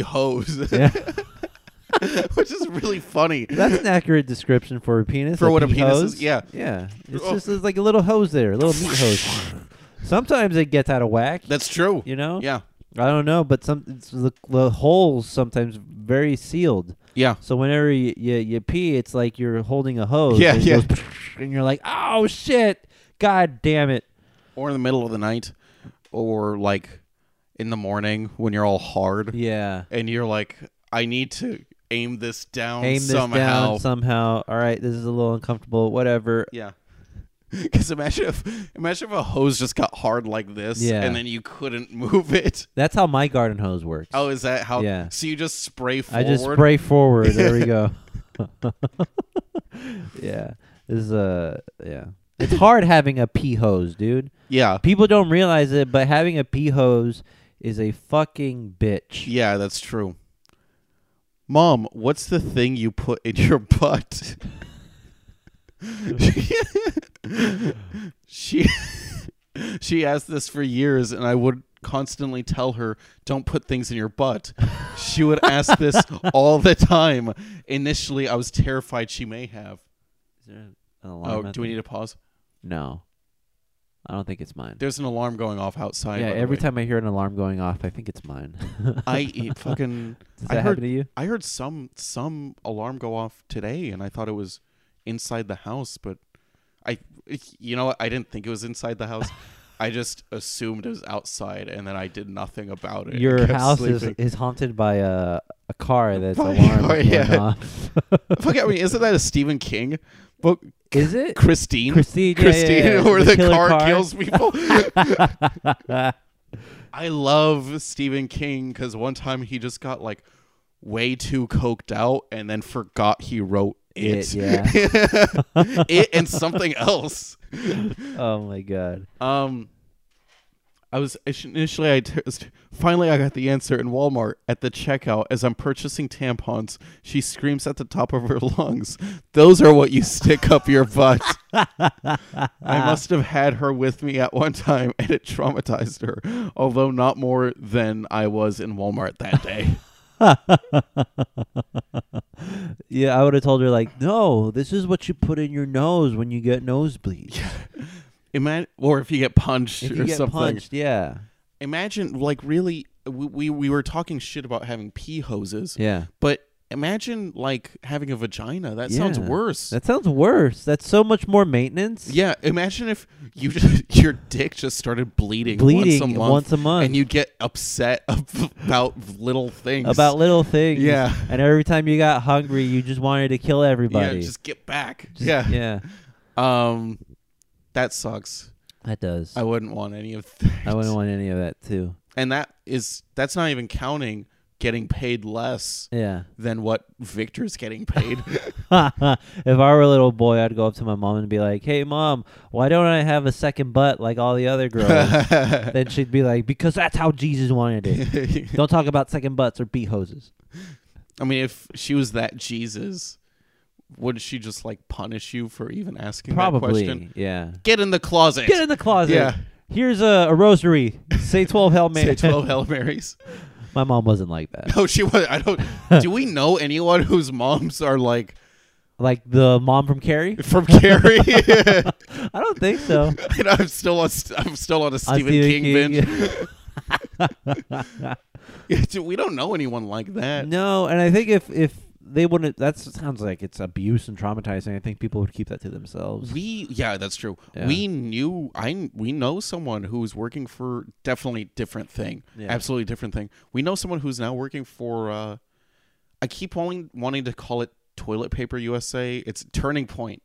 [SPEAKER 3] hose,
[SPEAKER 2] yeah.
[SPEAKER 3] which is really funny.
[SPEAKER 2] That's an accurate description for a penis.
[SPEAKER 3] For
[SPEAKER 2] a
[SPEAKER 3] what a
[SPEAKER 2] pee
[SPEAKER 3] penis
[SPEAKER 2] hose.
[SPEAKER 3] is? Yeah.
[SPEAKER 2] Yeah. It's
[SPEAKER 3] Oh.
[SPEAKER 2] just it's like a little hose there, a little meat hose. Sometimes it gets out of whack.
[SPEAKER 3] That's true.
[SPEAKER 2] you know.
[SPEAKER 3] Yeah.
[SPEAKER 2] I don't know, but some it's the, the holes sometimes very sealed.
[SPEAKER 3] Yeah.
[SPEAKER 2] So whenever you, you you pee, it's like you're holding a hose.
[SPEAKER 3] Yeah,
[SPEAKER 2] and it
[SPEAKER 3] yeah.
[SPEAKER 2] goes and you're like, oh shit, god damn it.
[SPEAKER 3] Or in the middle of the night, or like in the morning when you're all hard
[SPEAKER 2] Yeah.
[SPEAKER 3] and you're like, I need to aim this down
[SPEAKER 2] Aim this
[SPEAKER 3] somehow.
[SPEAKER 2] down somehow. All right, this is a little uncomfortable. Whatever.
[SPEAKER 3] yeah. Because imagine if imagine if a hose just got hard like this,
[SPEAKER 2] Yeah.
[SPEAKER 3] and then you couldn't move it.
[SPEAKER 2] That's how my garden hose works.
[SPEAKER 3] Oh, is that how?
[SPEAKER 2] Yeah.
[SPEAKER 3] So you just spray
[SPEAKER 2] I
[SPEAKER 3] forward.
[SPEAKER 2] just spray forward. There we go. yeah. This is uh yeah. It's hard having a pee hose, dude.
[SPEAKER 3] Yeah.
[SPEAKER 2] People don't realize it, but having a pee hose is a fucking bitch.
[SPEAKER 3] Yeah, that's true. Mom, what's the thing you put in your butt? she she asked this for years and I would constantly tell her don't put things in your butt. She would ask this all the time. Initially, I was terrified she may have.
[SPEAKER 2] Is there an alarm
[SPEAKER 3] Oh,
[SPEAKER 2] out
[SPEAKER 3] do we
[SPEAKER 2] there?
[SPEAKER 3] need to pause?
[SPEAKER 2] No. I don't think it's mine.
[SPEAKER 3] There's an alarm going off outside.
[SPEAKER 2] yeah,
[SPEAKER 3] by the
[SPEAKER 2] every
[SPEAKER 3] way.
[SPEAKER 2] time I hear an alarm going off, I think it's mine.
[SPEAKER 3] I eat fucking
[SPEAKER 2] Does
[SPEAKER 3] I
[SPEAKER 2] that
[SPEAKER 3] heard
[SPEAKER 2] happen to you?
[SPEAKER 3] I heard some some alarm go off today, and I thought it was inside the house, but I, you know, what? I didn't think it was inside the house. I just assumed it was outside, and then I did nothing about it. and
[SPEAKER 2] Your
[SPEAKER 3] kept
[SPEAKER 2] house is,
[SPEAKER 3] sleeping.
[SPEAKER 2] is haunted by a a car that's
[SPEAKER 3] By a
[SPEAKER 2] alarm
[SPEAKER 3] car,
[SPEAKER 2] going
[SPEAKER 3] yeah.
[SPEAKER 2] off.
[SPEAKER 3] Fuck, I mean, isn't that a Stephen King book?
[SPEAKER 2] is it?
[SPEAKER 3] Christine,
[SPEAKER 2] Christine, yeah, yeah,
[SPEAKER 3] Christine,
[SPEAKER 2] yeah.
[SPEAKER 3] where
[SPEAKER 2] The
[SPEAKER 3] the,
[SPEAKER 2] killer
[SPEAKER 3] car,
[SPEAKER 2] car.
[SPEAKER 3] kills people. I love Stephen King because one time he just got like way too coked out and then forgot he wrote
[SPEAKER 2] It,
[SPEAKER 3] it.
[SPEAKER 2] yeah.
[SPEAKER 3] it and something else.
[SPEAKER 2] Oh my god.
[SPEAKER 3] Um, I was initially I t- finally I got the answer in Walmart at the checkout as I'm purchasing tampons. She screams at the top of her lungs, "Those are what you stick up your butt." I must have had her with me at one time, and it traumatized her, although not more than I was in Walmart that day.
[SPEAKER 2] Yeah, I would have told her like, no, this is what you put in your nose when you get nosebleeds.
[SPEAKER 3] Imagine, or if you get punched
[SPEAKER 2] if
[SPEAKER 3] or
[SPEAKER 2] you get
[SPEAKER 3] something.
[SPEAKER 2] punched, yeah,
[SPEAKER 3] Imagine, like, really, we, we we were talking shit about having pee hoses.
[SPEAKER 2] yeah.
[SPEAKER 3] But imagine like having a vagina. That sounds
[SPEAKER 2] Yeah.
[SPEAKER 3] worse.
[SPEAKER 2] That sounds worse. That's so much more maintenance.
[SPEAKER 3] yeah, imagine if you just, your dick just started bleeding,
[SPEAKER 2] Bleeding
[SPEAKER 3] once a month,
[SPEAKER 2] once a month.
[SPEAKER 3] and you get upset about little things.
[SPEAKER 2] About little things.
[SPEAKER 3] Yeah.
[SPEAKER 2] And every time you got hungry, you just wanted to kill
[SPEAKER 3] yeah,
[SPEAKER 2] everybody.
[SPEAKER 3] just get back.
[SPEAKER 2] Just-
[SPEAKER 3] yeah.
[SPEAKER 2] Yeah.
[SPEAKER 3] um, that sucks.
[SPEAKER 2] That does.
[SPEAKER 3] I wouldn't want any of that.
[SPEAKER 2] I wouldn't want any of that too.
[SPEAKER 3] and that is that's not even counting getting paid less
[SPEAKER 2] Yeah.
[SPEAKER 3] than what Victor's getting paid.
[SPEAKER 2] if I were a little boy, I'd go up to my mom and be like, "Hey, mom, why don't I have a second butt like all the other girls?" then she'd be like, "Because that's how Jesus wanted it. don't talk about second butts or bee hoses."
[SPEAKER 3] I mean, if she was that Jesus, would she just like punish you for even asking that question?
[SPEAKER 2] Probably. Yeah.
[SPEAKER 3] Get in the closet.
[SPEAKER 2] Get in the closet.
[SPEAKER 3] Yeah.
[SPEAKER 2] Here's a, a rosary. Say twelve Hail Mary.
[SPEAKER 3] Say twelve Hail Marys.
[SPEAKER 2] My mom wasn't like that.
[SPEAKER 3] No, she was. I don't. Do we know anyone whose moms are like
[SPEAKER 2] Like the mom from Carrie.
[SPEAKER 3] from Carrie?
[SPEAKER 2] I don't think so.
[SPEAKER 3] And I'm still on. st- I'm still on a
[SPEAKER 2] I'm
[SPEAKER 3] Stephen, King, binge. Dude, we don't know anyone like that.
[SPEAKER 2] no, and I think if if they wouldn't, that sounds like it's abuse and traumatizing. I think people would keep that to themselves.
[SPEAKER 3] We yeah, that's true.
[SPEAKER 2] Yeah.
[SPEAKER 3] We knew I we know someone who's working for definitely different thing.
[SPEAKER 2] Yeah.
[SPEAKER 3] Absolutely different thing. We know someone who's now working for uh I keep wanting wanting to call it Toilet Paper USA. It's Turning Point.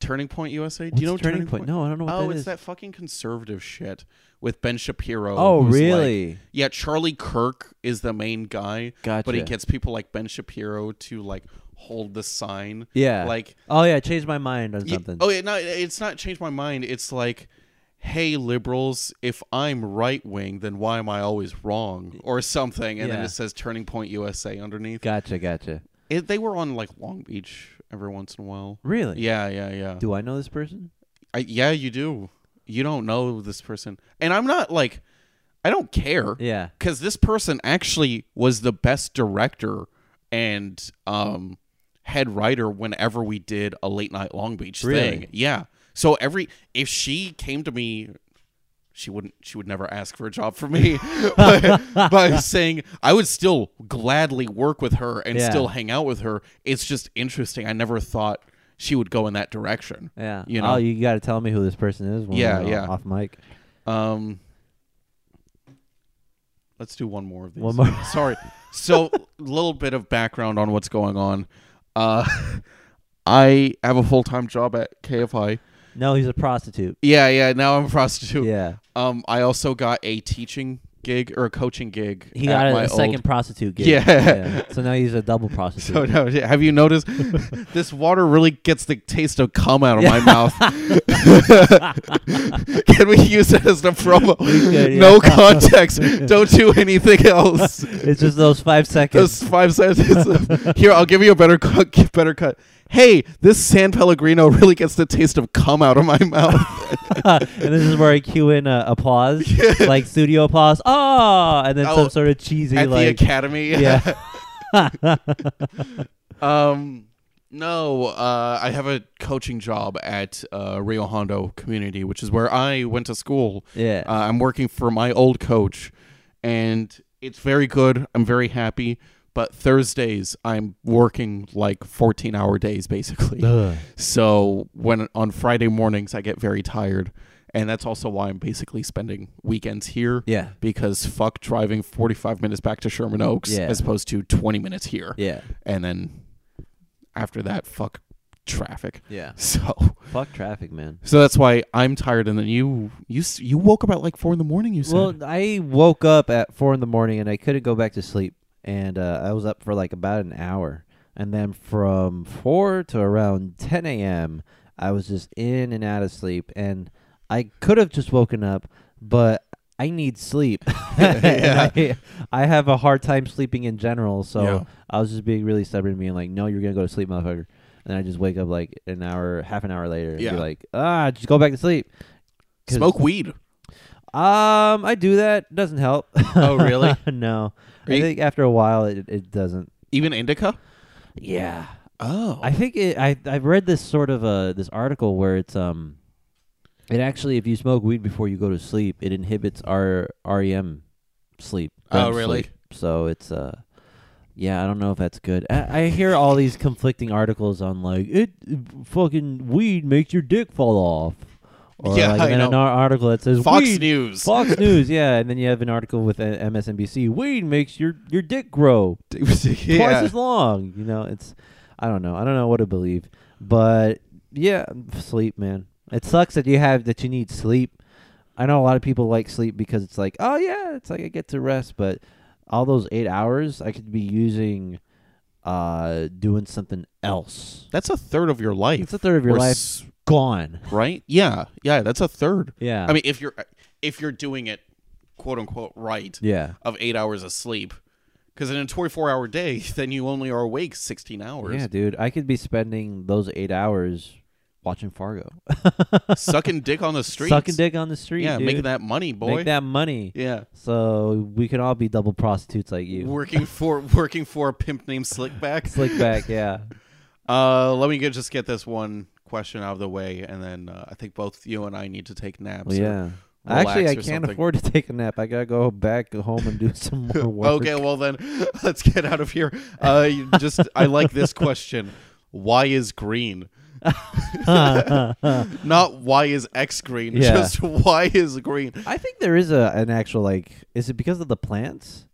[SPEAKER 3] Turning Point USA. Do you know
[SPEAKER 2] What's Turning Point? No, I don't know what
[SPEAKER 3] oh,
[SPEAKER 2] that
[SPEAKER 3] it's
[SPEAKER 2] is.
[SPEAKER 3] that fucking conservative shit with Ben Shapiro.
[SPEAKER 2] Oh,
[SPEAKER 3] who's like-
[SPEAKER 2] really?
[SPEAKER 3] yeah, Charlie Kirk is the main guy, but he
[SPEAKER 2] Gotcha.
[SPEAKER 3] gets people like Ben Shapiro to like hold the sign.
[SPEAKER 2] Yeah.
[SPEAKER 3] Like
[SPEAKER 2] oh yeah, I changed my mind on
[SPEAKER 3] Ye-
[SPEAKER 2] something.
[SPEAKER 3] Oh, yeah, no, it- it's not changed my mind. It's like, hey, liberals, if I'm right wing, then why am I always wrong or something? And then
[SPEAKER 2] Yeah.
[SPEAKER 3] it says Turning Point USA underneath.
[SPEAKER 2] Gotcha, gotcha.
[SPEAKER 3] It, they were on like Long Beach every once in a while.
[SPEAKER 2] Really?
[SPEAKER 3] Yeah, yeah, yeah.
[SPEAKER 2] Do I know this person?
[SPEAKER 3] I, yeah, you do. You don't know this person, and I'm not like, I don't care
[SPEAKER 2] Yeah.
[SPEAKER 3] because this person actually was the best director and um, head writer whenever we did a late night Long Beach
[SPEAKER 2] Really?
[SPEAKER 3] thing. Yeah. So every if she came to me, she wouldn't. She would never ask for a job from me. but, but I'm saying I would still gladly work with her and
[SPEAKER 2] Yeah.
[SPEAKER 3] still hang out with her. It's just interesting. I never thought she would go in that direction.
[SPEAKER 2] Yeah.
[SPEAKER 3] You
[SPEAKER 2] Oh,
[SPEAKER 3] know.
[SPEAKER 2] you got to tell me who this person is. When
[SPEAKER 3] Yeah,
[SPEAKER 2] we're uh,
[SPEAKER 3] yeah.
[SPEAKER 2] Off mic.
[SPEAKER 3] Um, let's do one more of these.
[SPEAKER 2] One more.
[SPEAKER 3] Sorry. So, a little bit of background on what's going on. Uh, I have a full time job at KFI.
[SPEAKER 2] No, he's a prostitute.
[SPEAKER 3] Yeah, yeah. Now I'm a prostitute.
[SPEAKER 2] Yeah.
[SPEAKER 3] Um, I also got a teaching gig or a coaching gig.
[SPEAKER 2] He
[SPEAKER 3] at
[SPEAKER 2] got
[SPEAKER 3] my
[SPEAKER 2] a second
[SPEAKER 3] old-
[SPEAKER 2] prostitute gig.
[SPEAKER 3] Yeah.
[SPEAKER 2] So now he's a double prostitute.
[SPEAKER 3] So no, have you noticed this water really gets the taste of cum out of my mouth? Can we use that as the promo?
[SPEAKER 2] could,
[SPEAKER 3] No
[SPEAKER 2] yeah.
[SPEAKER 3] context. Don't do anything else.
[SPEAKER 2] it's just those five seconds.
[SPEAKER 3] Those five sentences. of- Here, I'll give you a better cut. Better cut. Hey, this San Pellegrino really gets the taste of cum out of my mouth.
[SPEAKER 2] and this is where I cue in uh, applause, like studio applause. Oh, and then
[SPEAKER 3] Oh,
[SPEAKER 2] some sort of cheesy
[SPEAKER 3] At the
[SPEAKER 2] like
[SPEAKER 3] academy.
[SPEAKER 2] yeah.
[SPEAKER 3] Um, no, uh, I have a coaching job at uh, Rio Hondo Community, which is where I went to school.
[SPEAKER 2] Yeah.
[SPEAKER 3] Uh, I'm working for my old coach, and it's very good. I'm very happy. But Thursdays, I'm working like 14 hour days basically.
[SPEAKER 2] Ugh.
[SPEAKER 3] So when on Friday mornings, I get very tired. And that's also why I'm basically spending weekends here.
[SPEAKER 2] Yeah.
[SPEAKER 3] Because fuck driving 45 minutes back to Sherman Oaks
[SPEAKER 2] Yeah.
[SPEAKER 3] as opposed to 20 minutes here
[SPEAKER 2] Yeah.
[SPEAKER 3] and then after that fuck traffic
[SPEAKER 2] Yeah.
[SPEAKER 3] so
[SPEAKER 2] Fuck traffic, man.
[SPEAKER 3] so that's why i'm tired and then you you s- you woke up at like four in the morning you said
[SPEAKER 2] Well, I woke up at four in the morning and I couldn't go back to sleep, and uh, I was up for like about an hour. And then from four to around ten a.m., I was just in and out of sleep, and I could have just woken up, but I need sleep.
[SPEAKER 3] Yeah.
[SPEAKER 2] I, I have a hard time sleeping in general, so
[SPEAKER 3] Yeah.
[SPEAKER 2] I was just being really stubborn, being like, "No, you're gonna go to sleep, motherfucker." And then I just wake up like an hour, half an hour later, and
[SPEAKER 3] Yeah.
[SPEAKER 2] be like, "Ah, just go back to sleep." 'Cause-
[SPEAKER 3] Smoke weed.
[SPEAKER 2] Um, I do that. Doesn't help.
[SPEAKER 3] Oh, really?
[SPEAKER 2] no.
[SPEAKER 3] Are
[SPEAKER 2] I
[SPEAKER 3] you-
[SPEAKER 2] think after a while, it it doesn't.
[SPEAKER 3] Even indica?
[SPEAKER 2] Yeah.
[SPEAKER 3] Oh.
[SPEAKER 2] I think it, I I've read this sort of uh this article where it's um it actually if you smoke weed before you go to sleep it inhibits our REM sleep.
[SPEAKER 3] Oh,
[SPEAKER 2] REM
[SPEAKER 3] really?
[SPEAKER 2] sleep. So it's uh yeah I don't know if that's good. I, I hear all these conflicting articles on like it fucking weed makes your dick fall off. Or
[SPEAKER 3] Yeah,
[SPEAKER 2] like,
[SPEAKER 3] I
[SPEAKER 2] and then
[SPEAKER 3] know.
[SPEAKER 2] an ar- article that says
[SPEAKER 3] Fox
[SPEAKER 2] weed,
[SPEAKER 3] News.
[SPEAKER 2] Fox News, yeah, and then you have an article with uh, MSNBC. Weed makes your your dick grow twice
[SPEAKER 3] yeah.
[SPEAKER 2] as long. You know, it's I don't know. I don't know what to believe. But yeah, sleep, man. It sucks that you have that you need sleep. I know a lot of people like sleep because it's like, oh yeah, it's like I get to rest, but all those 8 hours I could be using uh doing something else.
[SPEAKER 3] That's a third of your life.
[SPEAKER 2] It's a third of your
[SPEAKER 3] Or
[SPEAKER 2] life
[SPEAKER 3] s-
[SPEAKER 2] gone.
[SPEAKER 3] right? Yeah. Yeah, that's a third.
[SPEAKER 2] Yeah.
[SPEAKER 3] I mean, if you're if you're doing it quote unquote right
[SPEAKER 2] yeah.
[SPEAKER 3] of 8 hours of sleep cuz in a 24-hour day, then you only are awake 16 hours.
[SPEAKER 2] Yeah, dude, I could be spending those 8 hours watching Fargo.
[SPEAKER 3] Sucking dick on the street.
[SPEAKER 2] Sucking dick on the street,
[SPEAKER 3] Yeah,
[SPEAKER 2] dude.
[SPEAKER 3] making that money, boy.
[SPEAKER 2] Make that money.
[SPEAKER 3] yeah.
[SPEAKER 2] So we can all be double prostitutes like you.
[SPEAKER 3] Working for working for a pimp named Slickback.
[SPEAKER 2] Slick back, yeah.
[SPEAKER 3] Uh, let me get, just get this one question out of the way, and then uh, I think both you and I need to take naps.
[SPEAKER 2] Well, yeah.
[SPEAKER 3] relax
[SPEAKER 2] Actually, I
[SPEAKER 3] or
[SPEAKER 2] can't
[SPEAKER 3] something.
[SPEAKER 2] afford to take a nap. I gotta go back home and do some more work.
[SPEAKER 3] Okay, well then, let's get out of here. Uh, you just I like this question. Why is green? Not why is X green?
[SPEAKER 2] Yeah.
[SPEAKER 3] Just why is green?
[SPEAKER 2] I think there is a an actual like. Is it because of the plants?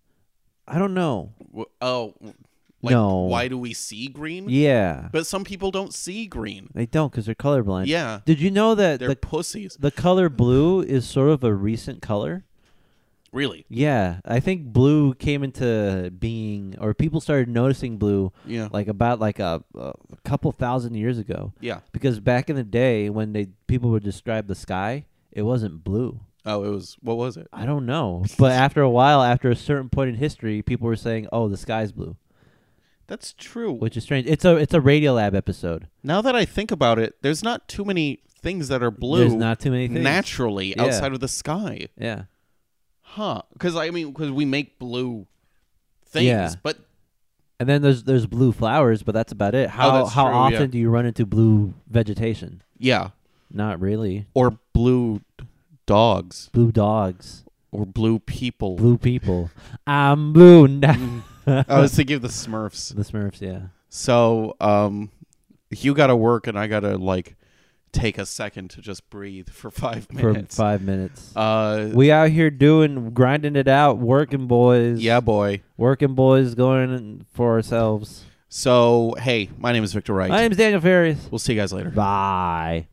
[SPEAKER 2] I don't know.
[SPEAKER 3] W- Oh, like
[SPEAKER 2] No.
[SPEAKER 3] why do we see green?
[SPEAKER 2] Yeah,
[SPEAKER 3] But some people don't see green.
[SPEAKER 2] they don't because they're colorblind.
[SPEAKER 3] Yeah,
[SPEAKER 2] Did you know that
[SPEAKER 3] they're
[SPEAKER 2] the
[SPEAKER 3] pussies.
[SPEAKER 2] the color blue is sort of a recent color?
[SPEAKER 3] Really?
[SPEAKER 2] Yeah, I think blue came into being, or people started noticing blue
[SPEAKER 3] Yeah.
[SPEAKER 2] like about like a, a couple thousand years ago.
[SPEAKER 3] yeah.
[SPEAKER 2] Because back in the day, when they people would describe the sky, it wasn't blue.
[SPEAKER 3] Oh, it was. What was it?
[SPEAKER 2] I don't know, but after a while, after a certain point in history, people were saying, "Oh, the sky's blue,"
[SPEAKER 3] That's true.
[SPEAKER 2] which is strange. It's a it's a Radiolab episode.
[SPEAKER 3] Now that I think about it, there's not too many things that are blue
[SPEAKER 2] There's not too many things.
[SPEAKER 3] naturally
[SPEAKER 2] Yeah.
[SPEAKER 3] outside of the sky.
[SPEAKER 2] Yeah,
[SPEAKER 3] Huh. Because, I mean, because we make blue things,
[SPEAKER 2] Yeah.
[SPEAKER 3] but
[SPEAKER 2] and then there's there's blue flowers, but that's about it. How
[SPEAKER 3] Oh, that's
[SPEAKER 2] how
[SPEAKER 3] true, yeah.
[SPEAKER 2] often do you run into blue vegetation?
[SPEAKER 3] yeah.
[SPEAKER 2] Not really.
[SPEAKER 3] Or blue dogs
[SPEAKER 2] Blue dogs,
[SPEAKER 3] or blue people.
[SPEAKER 2] blue people. I'm blue. now.
[SPEAKER 3] I was thinking of the Smurfs.
[SPEAKER 2] the Smurfs. Yeah.
[SPEAKER 3] So, um, you got to work and I got to, like, take a second to just breathe for five
[SPEAKER 2] For
[SPEAKER 3] minutes.
[SPEAKER 2] five minutes.
[SPEAKER 3] uh,
[SPEAKER 2] we out here doing grinding it out, working boys.
[SPEAKER 3] yeah, boy.
[SPEAKER 2] Working boys going for ourselves.
[SPEAKER 3] So, hey, my name is Victor Wright.
[SPEAKER 2] My name's Daniel Ferris.
[SPEAKER 3] we'll see you guys later.
[SPEAKER 2] Bye.